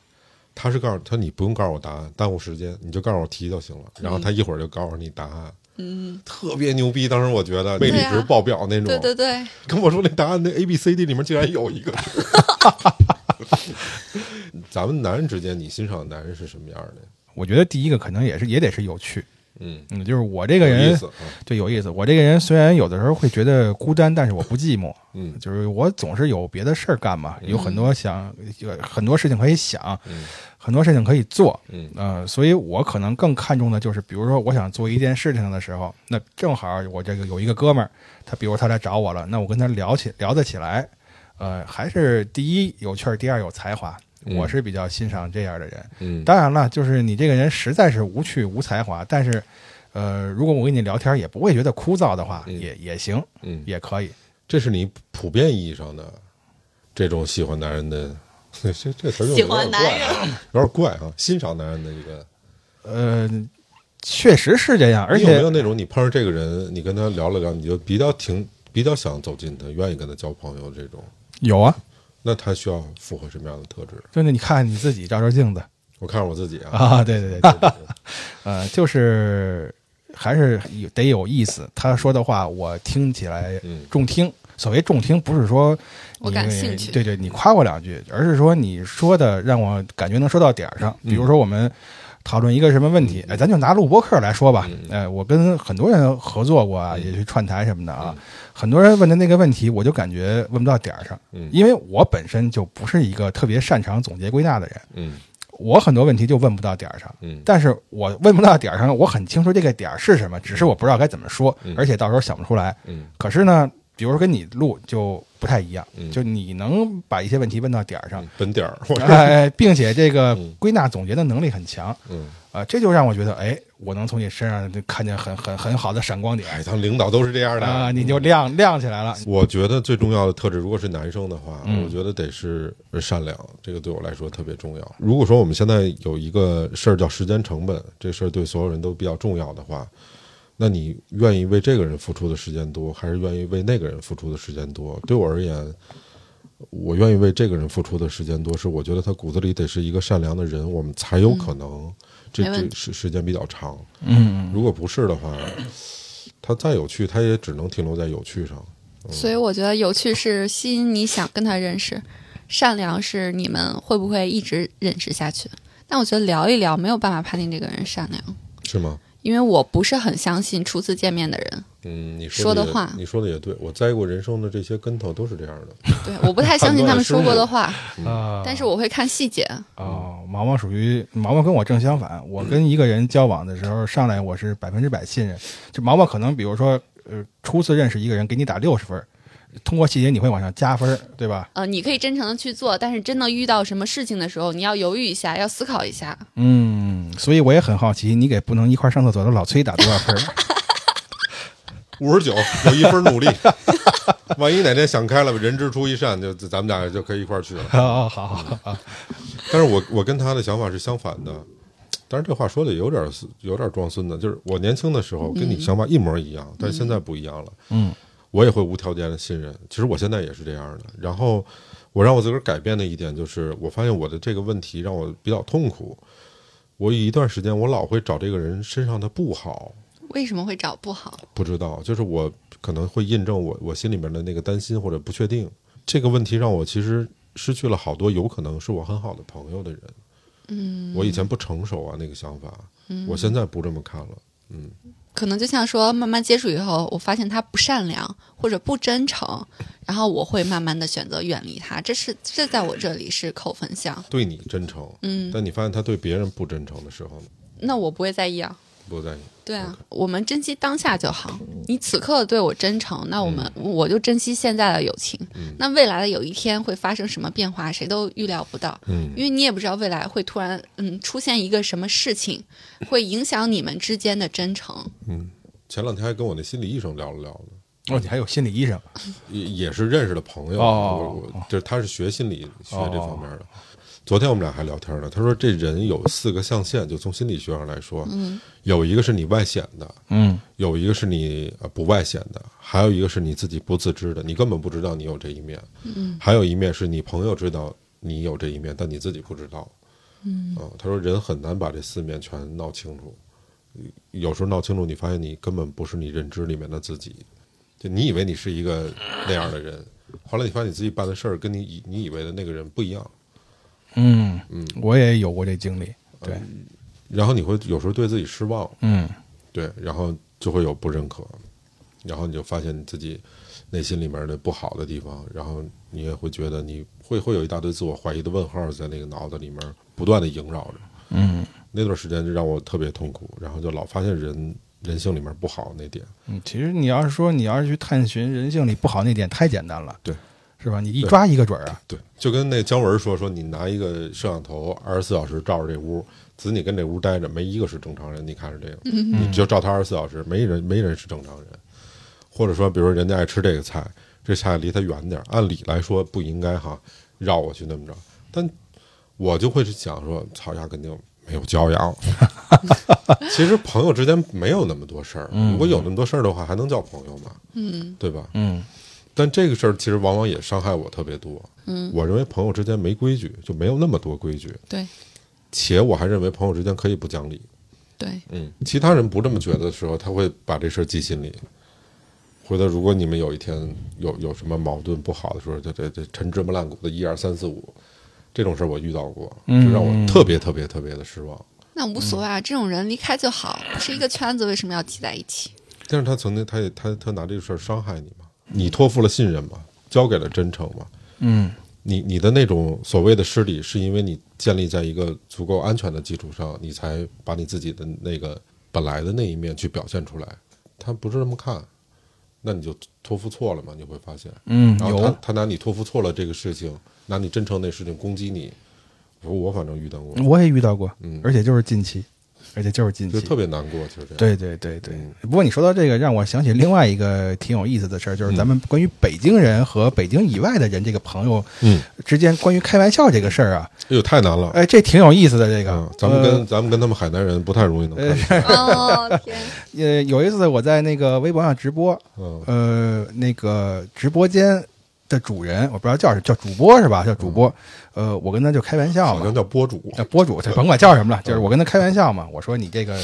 [SPEAKER 4] 他是告诉他你不用告诉我答案，耽误时间，你就告诉我题就行了，
[SPEAKER 2] 嗯
[SPEAKER 4] 然后他一会儿就告诉你答案，嗯，特别牛逼，当时我觉得魅力
[SPEAKER 2] 对啊
[SPEAKER 4] 值爆表那种，
[SPEAKER 2] 对对对，
[SPEAKER 4] 跟我说那答案那 A B C D 里面竟然有一
[SPEAKER 2] [laughs]
[SPEAKER 4] 个是，咱们男人之间，你欣赏的男人是什么样的？
[SPEAKER 1] 我觉得第一个可能也是也得是有趣，
[SPEAKER 4] 嗯，
[SPEAKER 1] 嗯，就是我这个
[SPEAKER 4] 有意
[SPEAKER 1] 人
[SPEAKER 4] 思，啊
[SPEAKER 1] 对有意思。我这个人虽然有的时候会觉得孤单，但是我不寂寞。
[SPEAKER 4] 嗯
[SPEAKER 1] 就是我总是有别的事儿干嘛，有很多想，有很多事情可以想，很多事情可以做。
[SPEAKER 4] 嗯
[SPEAKER 1] 呃，所以我可能更看重的就是，比如说我想做一件事情的时候，那正好我这个有一个哥们儿，他比如他来找我了，那我跟他聊起聊得起来，呃，还是第一有趣儿，第二有才华。
[SPEAKER 4] 嗯
[SPEAKER 1] 我是比较欣赏这样的人，
[SPEAKER 4] 嗯，
[SPEAKER 1] 当然了，就是你这个人实在是无趣无才华，但是，呃，如果我跟你聊天也不会觉得枯燥的话，
[SPEAKER 4] 嗯
[SPEAKER 1] 也也行，
[SPEAKER 4] 嗯
[SPEAKER 1] 也可以。
[SPEAKER 4] 这是你普遍意义上的这种喜欢男人的，这这词儿
[SPEAKER 2] 喜
[SPEAKER 4] 用的有点
[SPEAKER 2] 欢男
[SPEAKER 4] 怪
[SPEAKER 2] 人
[SPEAKER 4] 啊，有点怪啊，欣赏男人的一个。
[SPEAKER 1] 呃，确实是这样，而
[SPEAKER 4] 你有没有
[SPEAKER 1] 且
[SPEAKER 4] 那种你碰上这个人，你跟他聊了聊，你就比较挺比较想走近他，愿意跟他交朋友这种？
[SPEAKER 1] 有啊，
[SPEAKER 4] 那他需要符合什么样的特质？
[SPEAKER 1] 就是你看你自己照照镜子
[SPEAKER 4] 我看我自己啊，
[SPEAKER 1] 啊，对对对，对呃，就是还是有得有意思，他说的话我听起来
[SPEAKER 4] 嗯
[SPEAKER 1] 中听。所谓中听，不是说
[SPEAKER 2] 我
[SPEAKER 1] 你
[SPEAKER 2] 感兴趣
[SPEAKER 1] 对对，你夸我两句，而是说你说的让我感觉能说到点儿上。比
[SPEAKER 4] 嗯
[SPEAKER 1] 如说我们讨论一个什么问题，哎，咱就拿录播课来说吧。
[SPEAKER 4] 嗯
[SPEAKER 1] 哎，我跟很多人合作过啊，也去串台什么的
[SPEAKER 4] 嗯
[SPEAKER 1] 啊。很多人问的那个问题，我就感觉问不到点儿上
[SPEAKER 4] 嗯，
[SPEAKER 1] 因为我本身就不是一个特别擅长总结归纳的人，
[SPEAKER 4] 嗯
[SPEAKER 1] 我很多问题就问不到点儿上。
[SPEAKER 4] 嗯
[SPEAKER 1] 但是我问不到点儿上，我很清楚这个点儿是什么，只是我不知道该怎么说，而且到时候想不出来。
[SPEAKER 4] 嗯
[SPEAKER 1] 可是呢，比如说跟你录就不太一样，
[SPEAKER 4] 嗯
[SPEAKER 1] 就你能把一些问题问到点儿上
[SPEAKER 4] 嗯，，本点儿，我
[SPEAKER 1] [laughs] 哎，并且这个
[SPEAKER 4] 嗯
[SPEAKER 1] 归纳总结的能力很强，
[SPEAKER 4] 嗯，
[SPEAKER 1] 啊，这就让我觉得，哎，我能从你身上就看见很很很好的闪光点
[SPEAKER 4] 哎，他们领导都是这样的
[SPEAKER 1] 啊，你就亮亮起来了。
[SPEAKER 4] 我觉得最重要的特质，如果是男生的话，
[SPEAKER 1] 嗯
[SPEAKER 4] 我觉得得是呃善良，这个对我来说特别重要。如果说我们现在有一个事儿叫时间成本，这事儿对所有人都比较重要的话，那你愿意为这个人付出的时间多，还是愿意为那个人付出的时间多？对我而言，我愿意为这个人付出的时间多，是我觉得他骨子里得是一个善良的人，我们才有可能这、
[SPEAKER 2] 没问
[SPEAKER 4] 这时时间比较长。
[SPEAKER 1] 嗯，
[SPEAKER 4] 如果不是的话，他再有趣，他也只能停留在有趣上。
[SPEAKER 2] 所以我觉得有趣是吸引你想跟他认识，善良是你们会不会一直认识下去。但我觉得聊一聊没有办法判定这个人善良，
[SPEAKER 4] 是吗？
[SPEAKER 2] 因为我不是很相信初次见面的
[SPEAKER 4] [laughs]
[SPEAKER 2] 人，
[SPEAKER 4] 嗯，你
[SPEAKER 2] 说
[SPEAKER 4] 的
[SPEAKER 2] 的
[SPEAKER 4] 也
[SPEAKER 2] 话
[SPEAKER 4] 你说的也对。我栽过人生的这些跟头都是这样的。
[SPEAKER 2] 对，我不太相信他们说过的话，
[SPEAKER 4] 嗯
[SPEAKER 2] 嗯
[SPEAKER 1] 啊，
[SPEAKER 2] 但是我会看细节。
[SPEAKER 1] 哦，毛毛属于毛毛跟我正相反，我跟一个人交往的时候，上来我是百分之百信任，就毛毛可能比如说呃初次认识一个人，给你打六十分儿，通过细节你会往上加分儿，对吧？
[SPEAKER 2] 呃，你可以真诚的去做，但是真的遇到什么事情的时候，你要犹豫一下，要思考一下。
[SPEAKER 1] 嗯，所以我也很好奇，你给不能一块儿上厕所的老崔打多少分儿？
[SPEAKER 4] 五十九，有一分努力。 [laughs] 万一哪天想开了，人之初一善，就咱们俩就可以一块儿去了。
[SPEAKER 1] [laughs] 哦，好好好，
[SPEAKER 4] [laughs] 但是我我跟他的想法是相反的。但是这话说的有点儿有点儿装孙子，就是我年轻的时候跟你想法一模一样，但是现在不一样了。
[SPEAKER 1] 嗯，
[SPEAKER 4] 我也会无条件的信任。其实我现在也是这样的。然后我让我自个儿改变的一点就是，我发现我的这个问题让我比较痛苦。我有一段时间，我老会找这个人身上的不好，
[SPEAKER 2] 为什么会找不好？
[SPEAKER 4] 不知道，就是我可能会印证我我心里面的那个担心或者不确定。这个问题让我其实失去了好多有可能是我很好的朋友的人。嗯，我以前不成熟啊，那个想法，我现在不这么看了。
[SPEAKER 2] 可能就像说，慢慢接触以后，我发现他不善良或者不真诚，然后我会慢慢的选择远离他。这是这在我这里是扣分项。
[SPEAKER 4] 对你真诚，
[SPEAKER 2] 嗯，
[SPEAKER 4] 但你发现他对别人不真诚的时候呢，
[SPEAKER 2] 那我不会在意啊。
[SPEAKER 4] 不在意。
[SPEAKER 2] 对啊我们珍惜当下就好。你此刻对我真诚，那我们、我就珍惜现在的友情。那未来的有一天会发生什么变化，谁都预料不到。
[SPEAKER 4] 嗯
[SPEAKER 2] 因为你也不知道未来会突然嗯出现一个什么事情，会影响你们之间的真诚。
[SPEAKER 4] 嗯，前两天还跟我那心理医生聊了聊呢，
[SPEAKER 1] 哦，你还有心理医生？
[SPEAKER 4] 也也是认识的朋友，啊
[SPEAKER 1] 哦
[SPEAKER 4] 我我就是他是学心理学这方面的。昨天我们俩还聊天呢，他说这人有四个象限，就从心理学上来说，有一个是你外显的，
[SPEAKER 1] 嗯
[SPEAKER 4] 有一个是你呃不外显的，还有一个是你自己不自知的，你根本不知道你有这一面。嗯，还有一面是你朋友知道你有这一面，但你自己不知道。嗯，啊、他说人很难把这四面全闹清楚，有时候闹清楚，你发现你根本不是你认知里面的自己，就你以为你是一个那样的人，后来你发现你自己办的事儿跟你以你以为的那个人不一样，
[SPEAKER 1] 嗯嗯，我也有过这经历。对，
[SPEAKER 4] 然后你会有时候对自己失望，
[SPEAKER 1] 嗯
[SPEAKER 4] 对，然后就会有不认可，然后你就发现你自己内心里面的不好的地方，然后你也会觉得你会会有一大堆自我怀疑的问号在那个脑子里面不断的萦绕着。
[SPEAKER 1] 嗯
[SPEAKER 4] 那段时间就让我特别痛苦，然后就老发现人人性里面不好那点。
[SPEAKER 1] 嗯，其实你要是说你要是去探寻人性里不好那点，太简单了，
[SPEAKER 4] 对，
[SPEAKER 1] 是吧？你一
[SPEAKER 4] 对
[SPEAKER 1] 抓一个准儿啊。
[SPEAKER 4] 对，就跟那姜文说说，你拿一个摄像头二十四小时照着这屋，只你跟这屋待着，没一个是正常人。你看着这个，你就照他二十四小时，没人没人是正常人。或者说，比如说人家爱吃这个菜，这菜离他远点儿，按理来说不应该哈绕过去那么着，但我就会去想说，操，压根就没有教养。其实朋友之间没有那么多事儿，如果有那么多事儿的话，还能叫朋友吗？嗯，对吧？
[SPEAKER 1] 嗯
[SPEAKER 4] 但这个事儿其实往往也伤害我特别多。嗯，我认为朋友之间没规矩，就没有那么多规矩，
[SPEAKER 2] 对
[SPEAKER 4] 且我还认为朋友之间可以不讲理。
[SPEAKER 2] 对，
[SPEAKER 4] 嗯，其他人不这么觉得的时候，他会把这事儿记心里。回头如果你们有一天有有什么矛盾不好的时候，这这这陈芝麻烂谷的一二三四五，这种事儿我遇到过，就让我特别特别特别的失望。
[SPEAKER 2] 那无所谓
[SPEAKER 4] 嗯
[SPEAKER 2] 啊，这种人离开就好，不是一个圈子，为什么要挤在一
[SPEAKER 4] [laughs]
[SPEAKER 2] 起？
[SPEAKER 4] 但是他曾经，他也他他拿这个事儿伤害你嘛，你托付了信任嘛，交给了真诚嘛，
[SPEAKER 1] 嗯
[SPEAKER 4] 你你的那种所谓的失礼，是因为你建立在一个足够安全的基础上，你才把你自己的那个本来的那一面去表现出来。他不是这么看，那你就托付错了嘛？你会发现，
[SPEAKER 1] 嗯，
[SPEAKER 4] 然后他
[SPEAKER 1] 有。
[SPEAKER 4] 他拿你托付错了这个事情，拿你
[SPEAKER 1] 嗯
[SPEAKER 4] 真诚那事情攻击你。我我反正遇到过，嗯
[SPEAKER 1] 我也遇到过，而且就是近期，而且就是近
[SPEAKER 4] 就
[SPEAKER 1] 期，
[SPEAKER 4] 特别嗯难过，就是这样。
[SPEAKER 1] 对对对对。不过你说到这个，让我想起另外一个挺有意思的事儿，
[SPEAKER 4] 嗯
[SPEAKER 1] 就是咱们关于北京人和北京以外的人这个朋友
[SPEAKER 4] 嗯，
[SPEAKER 1] 之间关于开玩笑这个事儿啊，
[SPEAKER 4] 哎呦，太难了。
[SPEAKER 1] 哎，这挺有意思的。这个
[SPEAKER 4] 嗯，咱们跟
[SPEAKER 1] 呃
[SPEAKER 4] 咱们跟他们海南人不太容易能看得出来。
[SPEAKER 2] 哦
[SPEAKER 4] [laughs]
[SPEAKER 2] 天，
[SPEAKER 1] 呃有一次我在那个微博上直播，
[SPEAKER 4] 嗯
[SPEAKER 1] 呃，那个直播间的主人，我不知道叫什叫主播是吧？叫主播，
[SPEAKER 4] 嗯
[SPEAKER 1] 呃，我跟他就开玩笑
[SPEAKER 4] 好
[SPEAKER 1] 嘛
[SPEAKER 4] 像，叫播主
[SPEAKER 1] 那呃博主，他甭管叫什么了，就是我跟他开玩笑嘛。我说你这个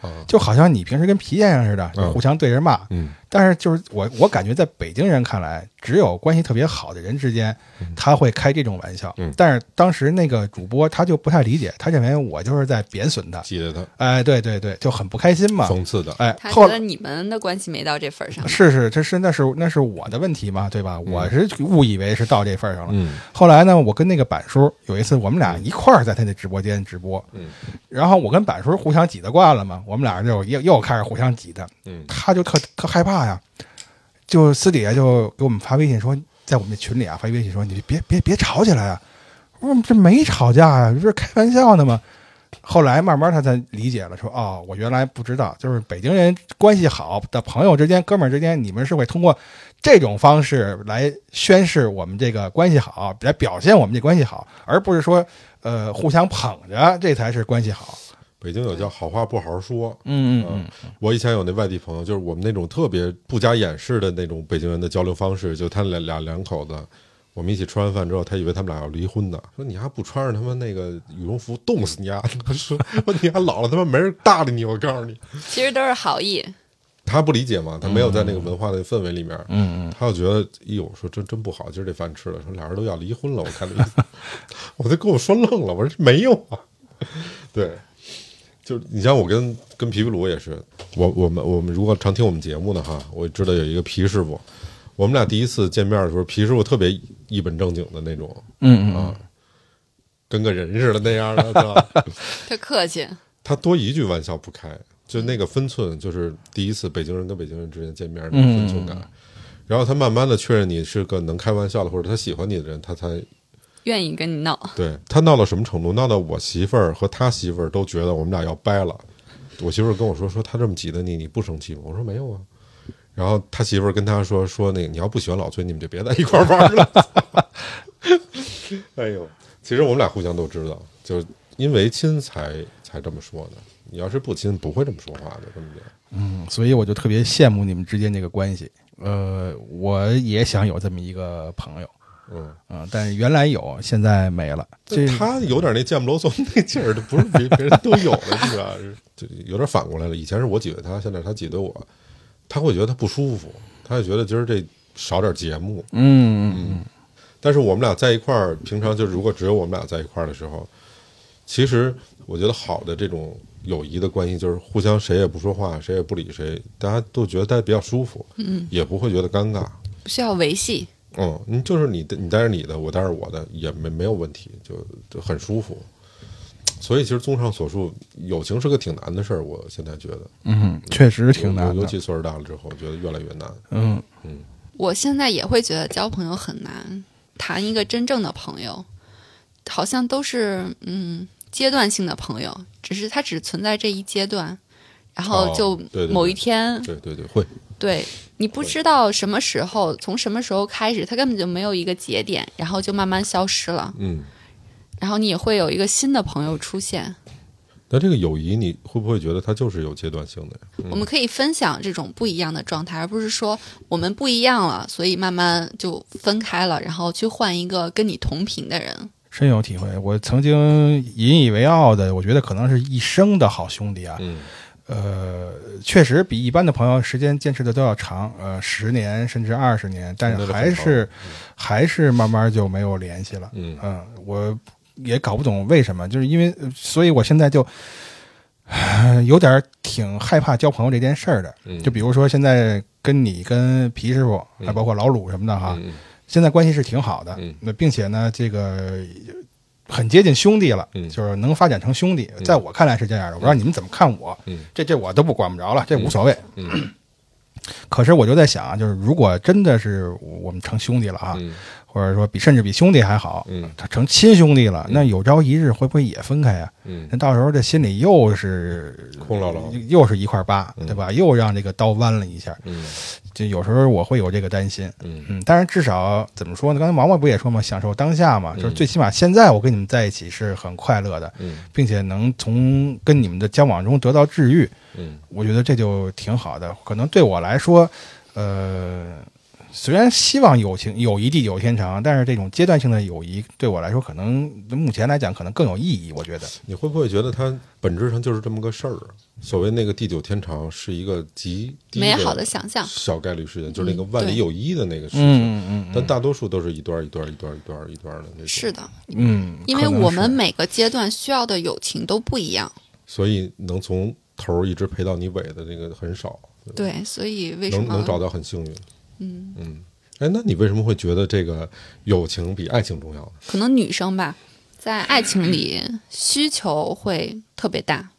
[SPEAKER 4] 啊，
[SPEAKER 1] 就好像你平时跟皮先生似的，就
[SPEAKER 4] 嗯
[SPEAKER 1] 互相对着骂。
[SPEAKER 4] 嗯，
[SPEAKER 1] 但是就是我，我感觉在北京人看来，只有关系特别好的人之间，他会开这种玩笑。
[SPEAKER 4] 嗯
[SPEAKER 1] 但是当时那个主播他就不太理解，他认为我就是在贬损他。
[SPEAKER 4] 记得他
[SPEAKER 1] 哎，对对对，就很不开心嘛。
[SPEAKER 4] 讽刺的，
[SPEAKER 1] 哎，
[SPEAKER 2] 他
[SPEAKER 1] 后
[SPEAKER 2] 觉得
[SPEAKER 1] 来
[SPEAKER 2] 你们的关系没到这份儿上，
[SPEAKER 1] 是是，这是那是那是我的问题嘛，对吧？我是误以为是到这份儿上了。
[SPEAKER 4] 嗯
[SPEAKER 1] 后来呢，我跟那个板叔有一次，我们俩一块儿在他那直播间直播，
[SPEAKER 4] 嗯，
[SPEAKER 1] 然后我跟板叔互相挤得惯了嘛，我们俩就又又开始互相挤的，
[SPEAKER 4] 嗯
[SPEAKER 1] 他就特特害怕呀，就私底下就给我们发微信说，在我们的群里啊发微信说，你别别别吵起来啊，我说这没吵架呀、这不是开玩笑呢吗？后来慢慢他才理解了，说哦，我原来不知道，就是北京人关系好的朋友之间、哥们儿之间，你们是会通过这种方式来宣示我们这个关系好，来表现我们这关系好，而不是说呃互相捧着，这才是关系好。
[SPEAKER 4] 北京有叫好话不好好说。
[SPEAKER 1] 嗯嗯
[SPEAKER 4] 嗯，我以前有那外地朋友，就是我们那种特别不加掩饰的那种北京人的交流方式，就他俩俩两口子，我们一起吃完饭之后，他以为他们俩要离婚呢，说你还不穿上他妈那个羽绒服，冻死你啊！说说你还老了，他妈没人搭理你，我告诉你。
[SPEAKER 2] 其实都是好意。
[SPEAKER 4] 他不理解嘛，他没有在那个文化的氛围里面，嗯嗯，他就觉得，哎呦，说真真不好，今儿这饭吃了，说俩人都要离婚了，我看这意思， [laughs] 我就跟我说愣了，我说这没有啊， [laughs] 对，就是你像我跟跟皮皮鲁也是，我我们我们如果常听我们节目的哈，我知道有一个皮师傅，我们俩第一次见面的时候，皮师傅特别一本正经的那种，
[SPEAKER 1] 嗯嗯
[SPEAKER 4] 啊，跟个人似的那样的，是吧？
[SPEAKER 2] 他客气，
[SPEAKER 4] 他多一句玩笑不开，就那个分寸，就是第一次北京人跟北京人之间见面那个分寸感。然后他慢慢的确认你是个能开玩笑的，或者他喜欢你的人，他才
[SPEAKER 2] 愿意跟你闹。
[SPEAKER 4] 对他闹到什么程度？闹到我媳妇儿和他媳妇儿都觉得我们俩要掰了。我媳妇儿跟我说说他这么挤得你，你不生气吗？我说没有啊。然后他媳妇儿跟他说说那个你要不喜欢老崔，你们就别在一块儿玩儿了。 [laughs] 哎呦，其实我们俩互相都知道，就是因为亲才才这么说的。你要是不亲，不会这么说话的，根本就。
[SPEAKER 1] 嗯，所以我就特别羡慕你们之间这个关系。呃，我也想有这么一个朋友，
[SPEAKER 4] 嗯，
[SPEAKER 1] 嗯、但是原来有，现在没了。这
[SPEAKER 4] 他有点那贱不喽嗦那劲儿，不是别别人都有的，是吧？就有点反过来了。以前是我挤兑他，现在是他挤兑我，他会觉得他不舒服，他就觉得今儿这少点节目。
[SPEAKER 1] 嗯嗯
[SPEAKER 4] 但是我们俩在一块儿，平常就如果只有我们俩在一块儿的时候，其实我觉得好的这种友谊的关系就是互相谁也不说话，谁也不理谁，大家都觉得待着比较舒服，嗯，也不会觉得尴尬。
[SPEAKER 2] 不需要维系。
[SPEAKER 4] 嗯，你就是你的，你带着你的，我带着我的，也没没有问题，就就很舒服。所以其实综上所述，友情是个挺难的事儿，我现在觉得
[SPEAKER 1] 嗯，确实挺
[SPEAKER 4] 尤
[SPEAKER 1] 难
[SPEAKER 4] 尤尤
[SPEAKER 1] 的。
[SPEAKER 4] 其岁数大了之后，我觉得越来越难。
[SPEAKER 1] 嗯，
[SPEAKER 2] 我现在也会觉得交朋友很难，谈一个真正的朋友，好像都是嗯阶段性的朋友，只是它只存在这一阶段，然后
[SPEAKER 4] 哦
[SPEAKER 2] 就
[SPEAKER 4] 对对对
[SPEAKER 2] 某一天，
[SPEAKER 4] 对对对，会，
[SPEAKER 2] 对你不知道什么时候，从什么时候开始，它根本就没有一个节点，然后就慢慢消失了，
[SPEAKER 4] 嗯。
[SPEAKER 2] 然后你也会有一个新的朋友出现。
[SPEAKER 4] 那这个友谊，你会不会觉得它就是有阶段性的呀？
[SPEAKER 2] 我们可以分享这种不一样的状态，而不是说我们不一样了，所以慢慢就分开了，然后去换一个跟你同频的人。
[SPEAKER 1] 深有体会。我曾经引以为傲的，我觉得可能是一生的好兄弟啊。
[SPEAKER 4] 嗯
[SPEAKER 1] 呃，确实比一般的朋友时间坚持的都要长，呃，十年甚至二十年，但
[SPEAKER 4] 那
[SPEAKER 1] 是
[SPEAKER 4] 就很
[SPEAKER 1] 还
[SPEAKER 4] 长
[SPEAKER 1] 是还是慢慢就没有联系了。
[SPEAKER 4] 嗯
[SPEAKER 1] 嗯，我也搞不懂为什么，就是因为，呃所以我现在就 [sighs] 唉有点儿挺害怕交朋友这件事儿的。
[SPEAKER 4] 嗯
[SPEAKER 1] 就比如说现在跟你、跟皮师傅，还包括老鲁什么的哈，
[SPEAKER 4] 嗯
[SPEAKER 1] 现在关系是挺好的
[SPEAKER 4] 嗯。
[SPEAKER 1] 那并且呢，这个很接近兄弟了，
[SPEAKER 4] 嗯
[SPEAKER 1] 就是能发展成兄弟，在我看来是这样的。我不知道你们怎么看我，
[SPEAKER 4] 嗯
[SPEAKER 1] 这这我都不管不着了，这无所谓。
[SPEAKER 4] 嗯
[SPEAKER 1] 可是我就在想啊，就是如果真的是我们成兄弟了啊，
[SPEAKER 4] 嗯
[SPEAKER 1] 或者说比甚至比兄弟还好，
[SPEAKER 4] 嗯
[SPEAKER 1] 他成亲兄弟了，那有朝一日会不会也分开呀、
[SPEAKER 4] 嗯
[SPEAKER 1] 那到时候这心里又是
[SPEAKER 4] 空落落
[SPEAKER 1] 又又是一块疤，对吧？又让这个刀剜了一下，
[SPEAKER 4] 嗯
[SPEAKER 1] 就有时候我会有这个担心。
[SPEAKER 4] 嗯
[SPEAKER 1] 嗯，但是至少怎么说呢？刚才王王不也说嘛，享受当下嘛，就是最起码现在我跟你们在一起是很快乐的，
[SPEAKER 4] 嗯
[SPEAKER 1] 并且能从跟你们的交往中得到治愈，
[SPEAKER 4] 嗯
[SPEAKER 1] 我觉得这就挺好的。可能对我来说，呃，虽然希望友情友谊地久天长，但是这种阶段性的友谊对我来说，可能目前来讲可能更有意义。我觉得，
[SPEAKER 4] 你会不会觉得它本质上就是这么个事儿啊？所谓那个地久天长，是一个极低
[SPEAKER 2] 美好的想象。
[SPEAKER 4] 小概率事件，就是那个
[SPEAKER 2] 嗯
[SPEAKER 4] 万里
[SPEAKER 2] 对
[SPEAKER 4] 有一的那个事情。
[SPEAKER 1] 嗯嗯
[SPEAKER 4] 但大多数都是一段儿一段儿一段儿一段儿一段儿的那种。
[SPEAKER 2] 是，的，
[SPEAKER 1] 嗯，
[SPEAKER 2] 因为我们每个阶段需要的友情都不一样，
[SPEAKER 4] 所以能从头儿一直陪到你尾的那个很少，
[SPEAKER 2] 对，所以为什
[SPEAKER 4] 能能找
[SPEAKER 2] 么？
[SPEAKER 4] 到很幸运。
[SPEAKER 2] 嗯，
[SPEAKER 4] 嗯，哎，那你为什么会觉得这个友情比爱情重要呢？
[SPEAKER 2] 可能女生吧，在爱情里需求会特别大，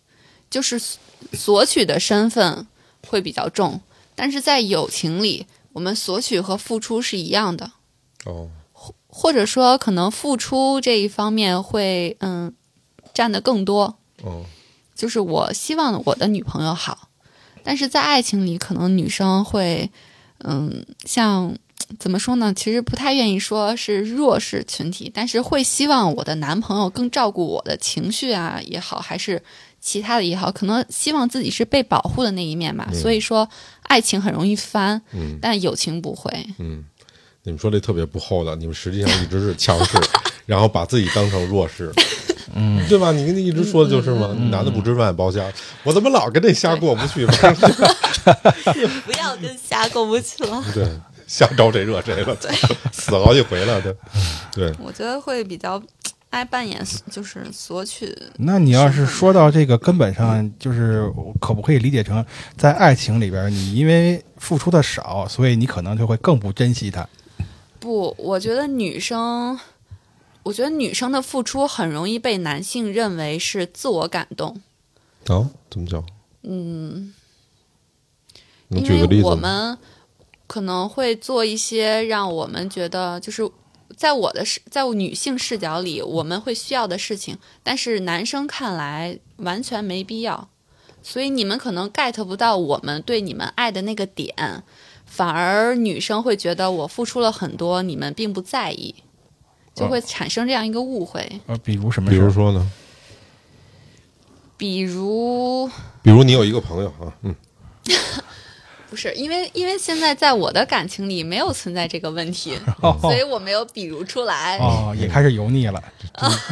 [SPEAKER 2] 就是索索取的身份会比较重，但是在友情里，我们索取和付出是一样的，
[SPEAKER 4] 哦，
[SPEAKER 2] 或者说可能付出这一方面会嗯占的更多，
[SPEAKER 4] 哦，
[SPEAKER 2] 就是我希望我的女朋友好，但是在爱情里，可能女生会，嗯，像怎么说呢？其实不太愿意说是弱势群体，但是会希望我的男朋友更照顾我的情绪啊也好，还是其他的也好，可能希望自己是被保护的那一面吧。所以说，爱情很容易翻，
[SPEAKER 4] 嗯
[SPEAKER 2] 但友情不会。
[SPEAKER 4] 嗯，你们说这特别不厚道，你们实际上一直是强
[SPEAKER 2] [laughs]
[SPEAKER 4] 势，然后把自己当成弱势。嗯，对吧？你你一直说的就是嘛，男的不吃饭包瞎。我怎么老跟这瞎过不去？反正
[SPEAKER 2] [laughs] 不要跟瞎过不去了。
[SPEAKER 4] 对，瞎招谁惹谁了？ [laughs] 死好几回了，对对。
[SPEAKER 2] [laughs] 我觉得会比较爱扮演，就是索取。
[SPEAKER 1] 那你要是说到这个根本上，就是我可不可以理解成，在爱情里边，你因为付出的少，所以你可能就会更不珍惜它。
[SPEAKER 2] 不，我觉得女生，我觉得女生的付出很容易被男性认为是自我感动，
[SPEAKER 4] 哦，怎么讲？嗯，你举
[SPEAKER 2] 因
[SPEAKER 4] 个例
[SPEAKER 2] 为
[SPEAKER 4] 子
[SPEAKER 2] 我
[SPEAKER 4] 吗？
[SPEAKER 2] 们可能会做一些让我们觉得就是。在我的视，在我女性视角里，我们会需要的事情，但是男生看来完全没必要，所以你们可能 get 不到我们对你们爱的那个点，反而女生会觉得我付出了很多，你们并不在意，就会产生这样一个误会。
[SPEAKER 1] 呃，比如什么
[SPEAKER 4] 比
[SPEAKER 1] 事
[SPEAKER 4] 如
[SPEAKER 1] 儿？
[SPEAKER 4] 说呢？
[SPEAKER 2] 比如
[SPEAKER 4] 比如你有一个朋友啊，嗯， [laughs]
[SPEAKER 2] 不是因为因为现在在我的感情里没有存在这个问题，
[SPEAKER 1] 哦
[SPEAKER 2] 所以我没有比如出来，
[SPEAKER 1] 哦，也开始油腻了。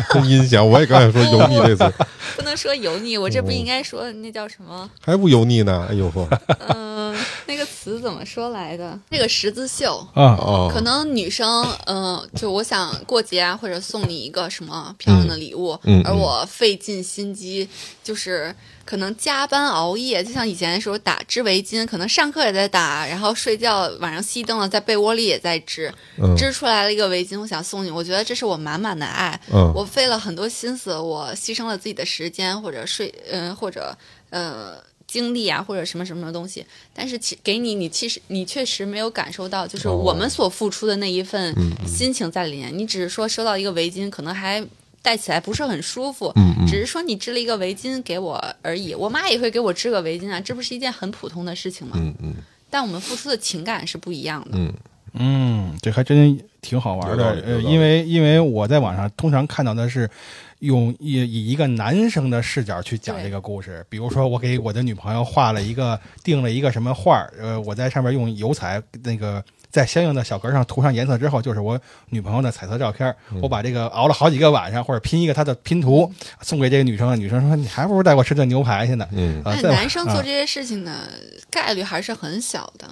[SPEAKER 4] 真阴险。我也刚才说油腻这
[SPEAKER 2] [laughs]
[SPEAKER 4] 词，
[SPEAKER 2] 不能说油腻，我这不应该说那叫什么？
[SPEAKER 4] 还不油腻呢？哎呦呵，
[SPEAKER 2] 嗯、那个词怎么说来的？那个十字绣。
[SPEAKER 1] 啊，
[SPEAKER 4] 哦，
[SPEAKER 2] 可能女生，嗯、就我想过节啊，或者送你一个什么漂亮的礼物，
[SPEAKER 4] 嗯嗯嗯
[SPEAKER 2] 而我费尽心机，就是可能加班熬夜，就像以前的时候打织围巾，可能上课也在打，然后睡觉晚上熄灯了，在被窝里也在织，
[SPEAKER 4] 嗯
[SPEAKER 2] 织出来了一个围巾，我想送你，我觉得这是我满满的爱，
[SPEAKER 4] 嗯
[SPEAKER 2] 我费了很多心思，我牺牲了自己的时间或者睡，嗯、或者呃精力啊，或者什么什么东西，但是其给你，你其实你确实没有感受到，就是
[SPEAKER 4] 哦嗯
[SPEAKER 2] 我们所付出的那一份心情在里面，你只是说收到一个围巾，可能还。戴起来不是很舒服，
[SPEAKER 4] 嗯
[SPEAKER 2] 只是说你织了一个围巾给我而已。我妈也会给我织个围巾啊，这不是一件很普通的事情吗？
[SPEAKER 4] 嗯嗯
[SPEAKER 2] 但我们付出的情感是不一样的。
[SPEAKER 4] 嗯
[SPEAKER 1] 嗯，这还真挺好玩的
[SPEAKER 4] 有道理。有
[SPEAKER 1] 呃，
[SPEAKER 4] 道理
[SPEAKER 1] 因为因为我在网上通常看到的是用以以一个男生的视角去讲
[SPEAKER 2] 对
[SPEAKER 1] 这个故事，比如说我给我的女朋友画了一个订了一个什么画儿，呃，我在上面用油彩那个。在相应的小格上涂上颜色之后，就是我女朋友的彩色照片儿。我把这个熬了好几个晚上，或者拼一个她的拼图，送给这个女生。女生说：“你还不如带我吃顿牛排去呢。
[SPEAKER 4] 嗯
[SPEAKER 1] 啊
[SPEAKER 2] 但
[SPEAKER 1] 再
[SPEAKER 2] 男生
[SPEAKER 1] 啊
[SPEAKER 2] 做这些事情的概率还是很小的。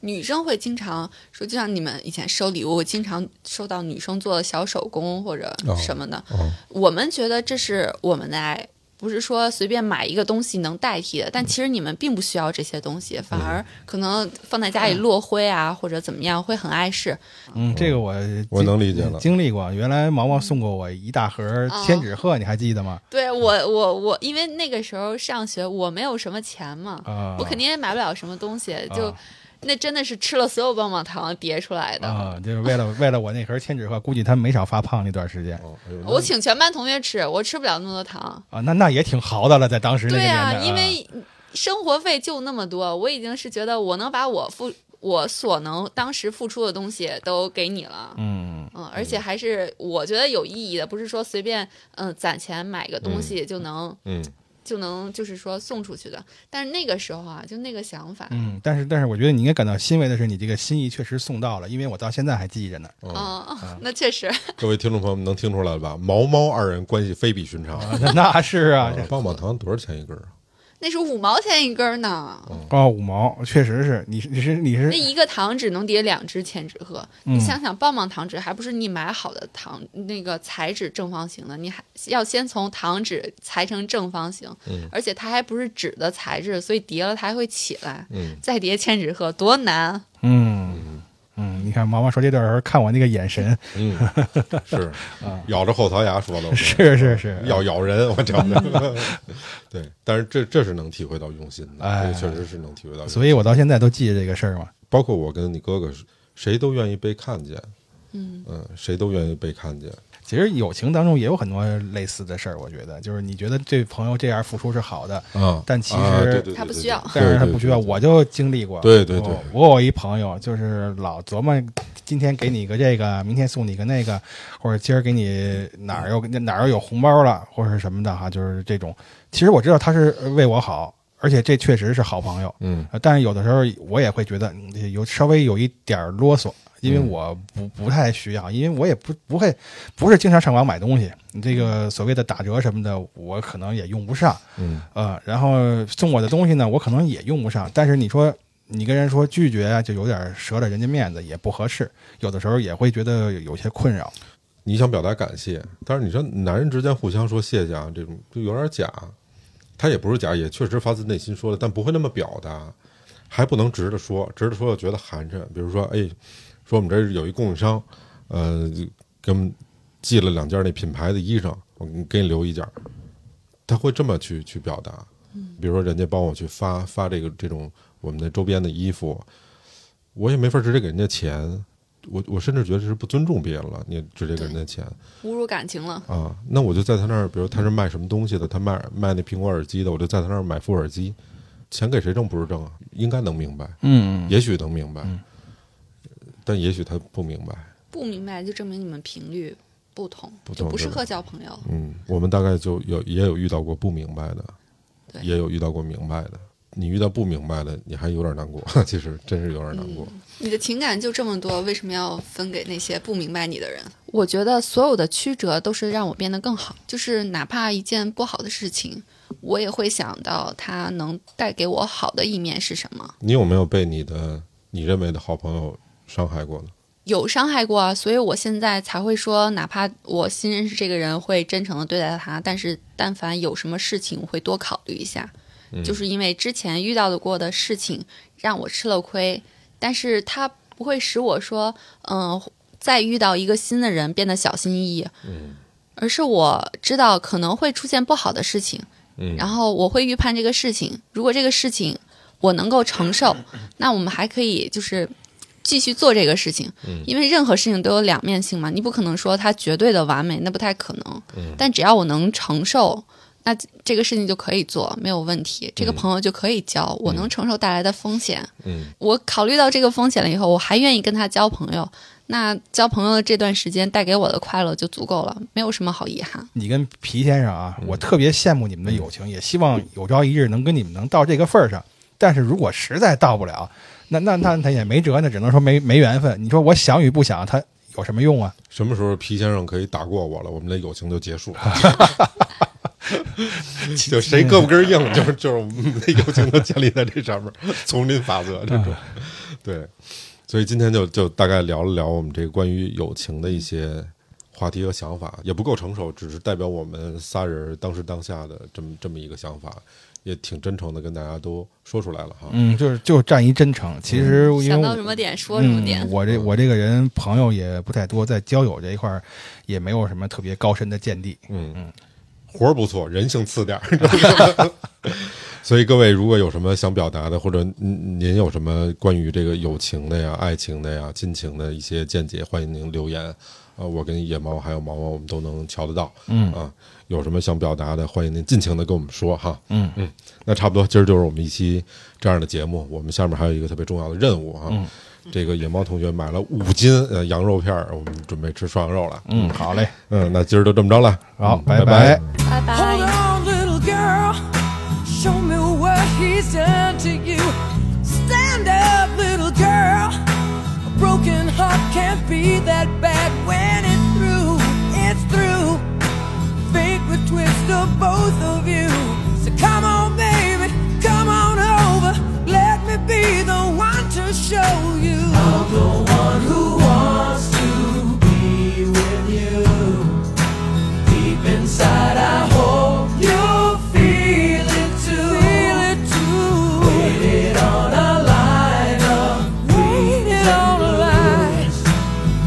[SPEAKER 2] 女生会经常说，就像你们以前收礼物，经常收到女生做的小手工或者
[SPEAKER 4] 哦
[SPEAKER 2] 什么的。
[SPEAKER 4] 哦
[SPEAKER 2] 我们觉得这是我们的爱，不是说随便买一个东西能代替的。但其实你们并不需要这些东西，反
[SPEAKER 1] 嗯
[SPEAKER 2] 而可能放在家里落灰啊，或者怎么样，会很碍事。
[SPEAKER 1] 嗯，这个我
[SPEAKER 4] 我
[SPEAKER 1] 经
[SPEAKER 4] 能理解了
[SPEAKER 2] 嗯
[SPEAKER 1] 经历过。原来毛毛送过我一大盒千纸鹤，你还记得吗？
[SPEAKER 2] 对我，我我，因为那个时候上学，我没有什么钱嘛，
[SPEAKER 1] 啊，
[SPEAKER 2] 我肯定也买不了什么东西，就
[SPEAKER 1] 啊
[SPEAKER 2] 那真的是吃了所有棒棒糖叠出来的。
[SPEAKER 1] 啊，就是为了 [laughs] 为了我那盒千纸鹤，估计他们没少发胖那段时间
[SPEAKER 4] 哦，哎呦
[SPEAKER 2] 我请全班同学吃，我吃不了那么多糖。
[SPEAKER 1] 啊，那那也挺豪的了，在当时那个
[SPEAKER 2] 对
[SPEAKER 1] 年代
[SPEAKER 2] 呀、
[SPEAKER 1] 啊，
[SPEAKER 2] 因为生活费就那么多，我已经是觉得我能把我付我所能当时付出的东西都给你了。
[SPEAKER 1] 嗯，
[SPEAKER 2] 嗯，而且还是我觉得有意义的，不是说随便嗯、攒钱买个东西就能、
[SPEAKER 4] 嗯，
[SPEAKER 2] 就能就是说送出去的。但是那个时候啊，就那个想法，
[SPEAKER 1] 嗯，但是但是我觉得你应该感到欣慰的是，你这个心意确实送到了，因为我到现在还记着 [laughs] 呢。
[SPEAKER 4] 哦，
[SPEAKER 2] 嗯， [laughs] 那确实，
[SPEAKER 4] 各位听众朋友们能听出来了吧？毛毛二人关系非比寻
[SPEAKER 2] [laughs]
[SPEAKER 4] 常。
[SPEAKER 1] 啊那那是啊，
[SPEAKER 4] 啊
[SPEAKER 1] 这
[SPEAKER 4] 棒棒糖多少钱一根儿啊？
[SPEAKER 2] 那是五毛钱一根儿呢，
[SPEAKER 1] 哦五毛确实是，你是你是你
[SPEAKER 2] 那
[SPEAKER 1] 是
[SPEAKER 2] 一个糖只能叠两只千纸鹤。
[SPEAKER 1] 嗯
[SPEAKER 2] 你想想，棒棒糖纸还不是你买好的糖那个裁纸正方形的，你还要先从糖纸裁成正方形，
[SPEAKER 4] 嗯
[SPEAKER 2] 而且它还不是纸的材质，所以叠了它还会起来。
[SPEAKER 4] 嗯，
[SPEAKER 2] 再叠千纸鹤多难！啊
[SPEAKER 1] 嗯嗯，你看毛毛说这段时候看我那个眼神，
[SPEAKER 4] 嗯，
[SPEAKER 1] [laughs]
[SPEAKER 4] 是咬着后槽牙说的，我
[SPEAKER 1] 啊是是是，
[SPEAKER 4] 要咬人，我讲
[SPEAKER 1] [laughs]
[SPEAKER 4] 的。对，但是这这是能体会到用心的，
[SPEAKER 1] 哎
[SPEAKER 4] 这确实是能体会到用心。
[SPEAKER 1] 所以我到现在都记着这个事儿嘛。
[SPEAKER 4] 包括我跟你哥哥是，谁都愿意被看见，
[SPEAKER 2] 嗯
[SPEAKER 4] 谁都愿意被看见。
[SPEAKER 1] 其实友情当中也有很多类似的事儿，我觉得就是你觉得对朋友这样付出是好的，
[SPEAKER 4] 啊
[SPEAKER 1] 但其
[SPEAKER 4] 啊
[SPEAKER 1] 实
[SPEAKER 4] 对对对
[SPEAKER 2] 他不
[SPEAKER 4] 对
[SPEAKER 2] 需要
[SPEAKER 4] 对
[SPEAKER 1] 但是他
[SPEAKER 4] 对
[SPEAKER 1] 不需
[SPEAKER 4] 对
[SPEAKER 1] 要，
[SPEAKER 4] 对
[SPEAKER 1] 我就经历过。
[SPEAKER 4] 对对对
[SPEAKER 1] 我我有一朋友就是老琢磨，今天给你一个这个，明天送你一个那个，或者今儿给你哪儿又哪儿又有红包了，或者是什么的哈，就是这种。其实我知道他是为我好，而且这确实是好朋友。
[SPEAKER 4] 嗯
[SPEAKER 1] 呃但是有的时候我也会觉得嗯有稍微有一点儿啰嗦，因为
[SPEAKER 4] 嗯
[SPEAKER 1] 我不不太需要，因为我也不不会不是经常上网买东西，这个所谓的打折什么的，我可能也用不上。
[SPEAKER 4] 嗯
[SPEAKER 1] 呃，然后送我的东西呢，我可能也用不上。但是你说你跟人说拒绝啊，就有点折了人家面子，也不合适。有的时候也会觉得有些困扰。
[SPEAKER 4] 你想表达感谢，但是你说男人之间互相说谢谢啊，这种就有点假。他也不是假，也确实发自内心说的，但不会那么表达，还不能直着说，直着说就觉得寒碜。比如说，哎，说我们这儿有一供应商，呃，给我们寄了两件那品牌的衣裳，我给你留一件。他会这么去去表达，比如说人家帮我去发发这个这种我们的周边的衣服，我也没法直接给人家钱，我我甚至觉得这是不尊重别人了，你直接给人家钱。
[SPEAKER 2] 侮辱感情了。
[SPEAKER 4] 啊，那我就在他那儿，比如他是卖什么东西的，他卖卖那苹果耳机的，我就在他那儿买副耳机，钱给谁挣不是挣啊？应该能明白，
[SPEAKER 1] 嗯，
[SPEAKER 4] 也许能明白，但也许他不明白。
[SPEAKER 2] 不明白就证明你们频率不同，
[SPEAKER 4] 不
[SPEAKER 2] 就
[SPEAKER 4] 同
[SPEAKER 2] 不
[SPEAKER 4] 对
[SPEAKER 2] 适
[SPEAKER 4] 吧
[SPEAKER 2] 合交朋友。
[SPEAKER 4] 嗯，我们大概就有也有遇到过不明白的，
[SPEAKER 2] 对
[SPEAKER 4] 也有遇到过明白的。你遇到不明白的，你还有点难过， [laughs] 其实真是有点难
[SPEAKER 1] 嗯
[SPEAKER 4] 过。
[SPEAKER 2] 你的情感就这么多，为什么要分给那些不明白你的人？我觉得所有的曲折都是让我变得更好，就是哪怕一件不好的事情，我也会想到它能带给我好的一面是什么。
[SPEAKER 4] 你有没有被你的你认为的好朋友伤害过呢？
[SPEAKER 2] 有伤害过啊，所以我现在才会说，哪怕我新认识这个人，会真诚的对待他，但是但凡有什么事情，我会多考虑一下，就是因为之前遇到的过的事情让我吃了亏，但是它不会使我说，嗯、再遇到一个新的人变得小心翼翼，而是我知道可能会出现不好的事情，
[SPEAKER 4] 嗯
[SPEAKER 2] 然后我会预判这个事情，如果这个事情我能够承受，那我们还可以就是继续做这个事情，因为任何事情都有两面性嘛，你不可能说它绝对的完美，那不太可能，但只要我能承受。那这个事情就可以做，没有问题。这个朋友就可以交，我能承受带来的风险。
[SPEAKER 4] 嗯
[SPEAKER 2] 我考虑到这个风险了以后，我还愿意跟他交朋友。那交朋友的这段时间带给我的快乐就足够了，没有什么好遗憾。
[SPEAKER 1] 你跟皮先生啊，我特别羡慕你们的友情，也希望有朝一日能跟你们能到这个份儿上。但是如果实在到不了，那那那他也没辙，那只能说没没缘分。你说我想与不想，他有什么用啊？
[SPEAKER 4] 什么时候皮先生可以打过我了？我们的友情就结束了。就谁胳膊根儿硬，就是 [laughs] 就是我们的友情都建立在这上面，丛林法则这种。对，所以今天就就大概聊了聊我们这个关于友情的一些话题和想法，也不够成熟，只是代表我们仨人当时当下的这么这么一个想法，也挺真诚的跟大家都说出来了哈。
[SPEAKER 1] 嗯，就是嗯就占一真诚。其实因为
[SPEAKER 2] 想
[SPEAKER 1] 我
[SPEAKER 2] 到什么点说什么点。
[SPEAKER 1] 嗯、我这我这个人朋友也不太多，在交友这一块儿也没有什么特别高深的见地。
[SPEAKER 4] 嗯，活儿不错，人性次点儿。 [laughs] 所以各位如果有什么想表达的，或者您您有什么关于这个友情的呀、爱情的呀、亲情的一些见解，欢迎您留言。啊，我跟野猫还有毛毛，我们都能瞧得到。嗯啊，有什么想表达的，欢迎您尽情的跟我们说哈。嗯嗯，那差不多，今儿就是我们一期这样的节目。我们下面还有一个特别重要的任务啊。这个野猫同学买了五斤呃羊肉片儿，我们准备吃涮羊肉了。
[SPEAKER 1] 嗯，好嘞，
[SPEAKER 4] 嗯，那今儿就这么着了，
[SPEAKER 1] 好，
[SPEAKER 4] 嗯
[SPEAKER 1] 拜
[SPEAKER 4] 拜。
[SPEAKER 2] 拜
[SPEAKER 3] Hold
[SPEAKER 2] 拜。
[SPEAKER 3] on, little girl. Show me what he's done to you. Stand up, little girl. A broken heart can't be that bad when it's through. It's through. Fate would twist of both of you. So come on, baby. Come on over. Let me be the one to show you. I'm the one who wants to be with you. Deep inside, I hope you feel it too. Feel it too. Wait it on a line of wait it on a line.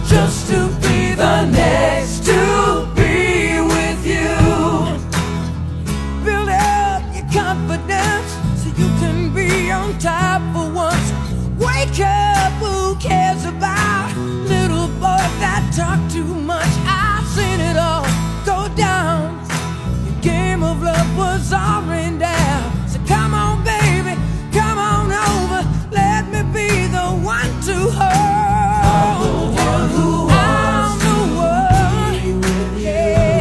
[SPEAKER 3] Just to be the next to be with you. Build up your confidence so you can be on top for once. Wake up, who cares about little boy that talk too much? I've seen it all go down. Your game of love was all ran down. So come on, baby, come on over. Let me be the one to hold. I'm the one who wants to be with you.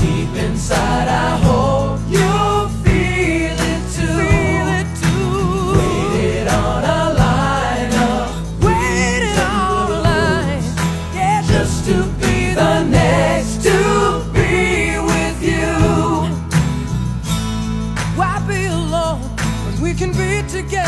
[SPEAKER 3] Deep inside, I hope you'll feel it too. Feel it too. Waited on a line of waited on a line. Yeah, just to be the next to be with you. Why be alone when we can be together?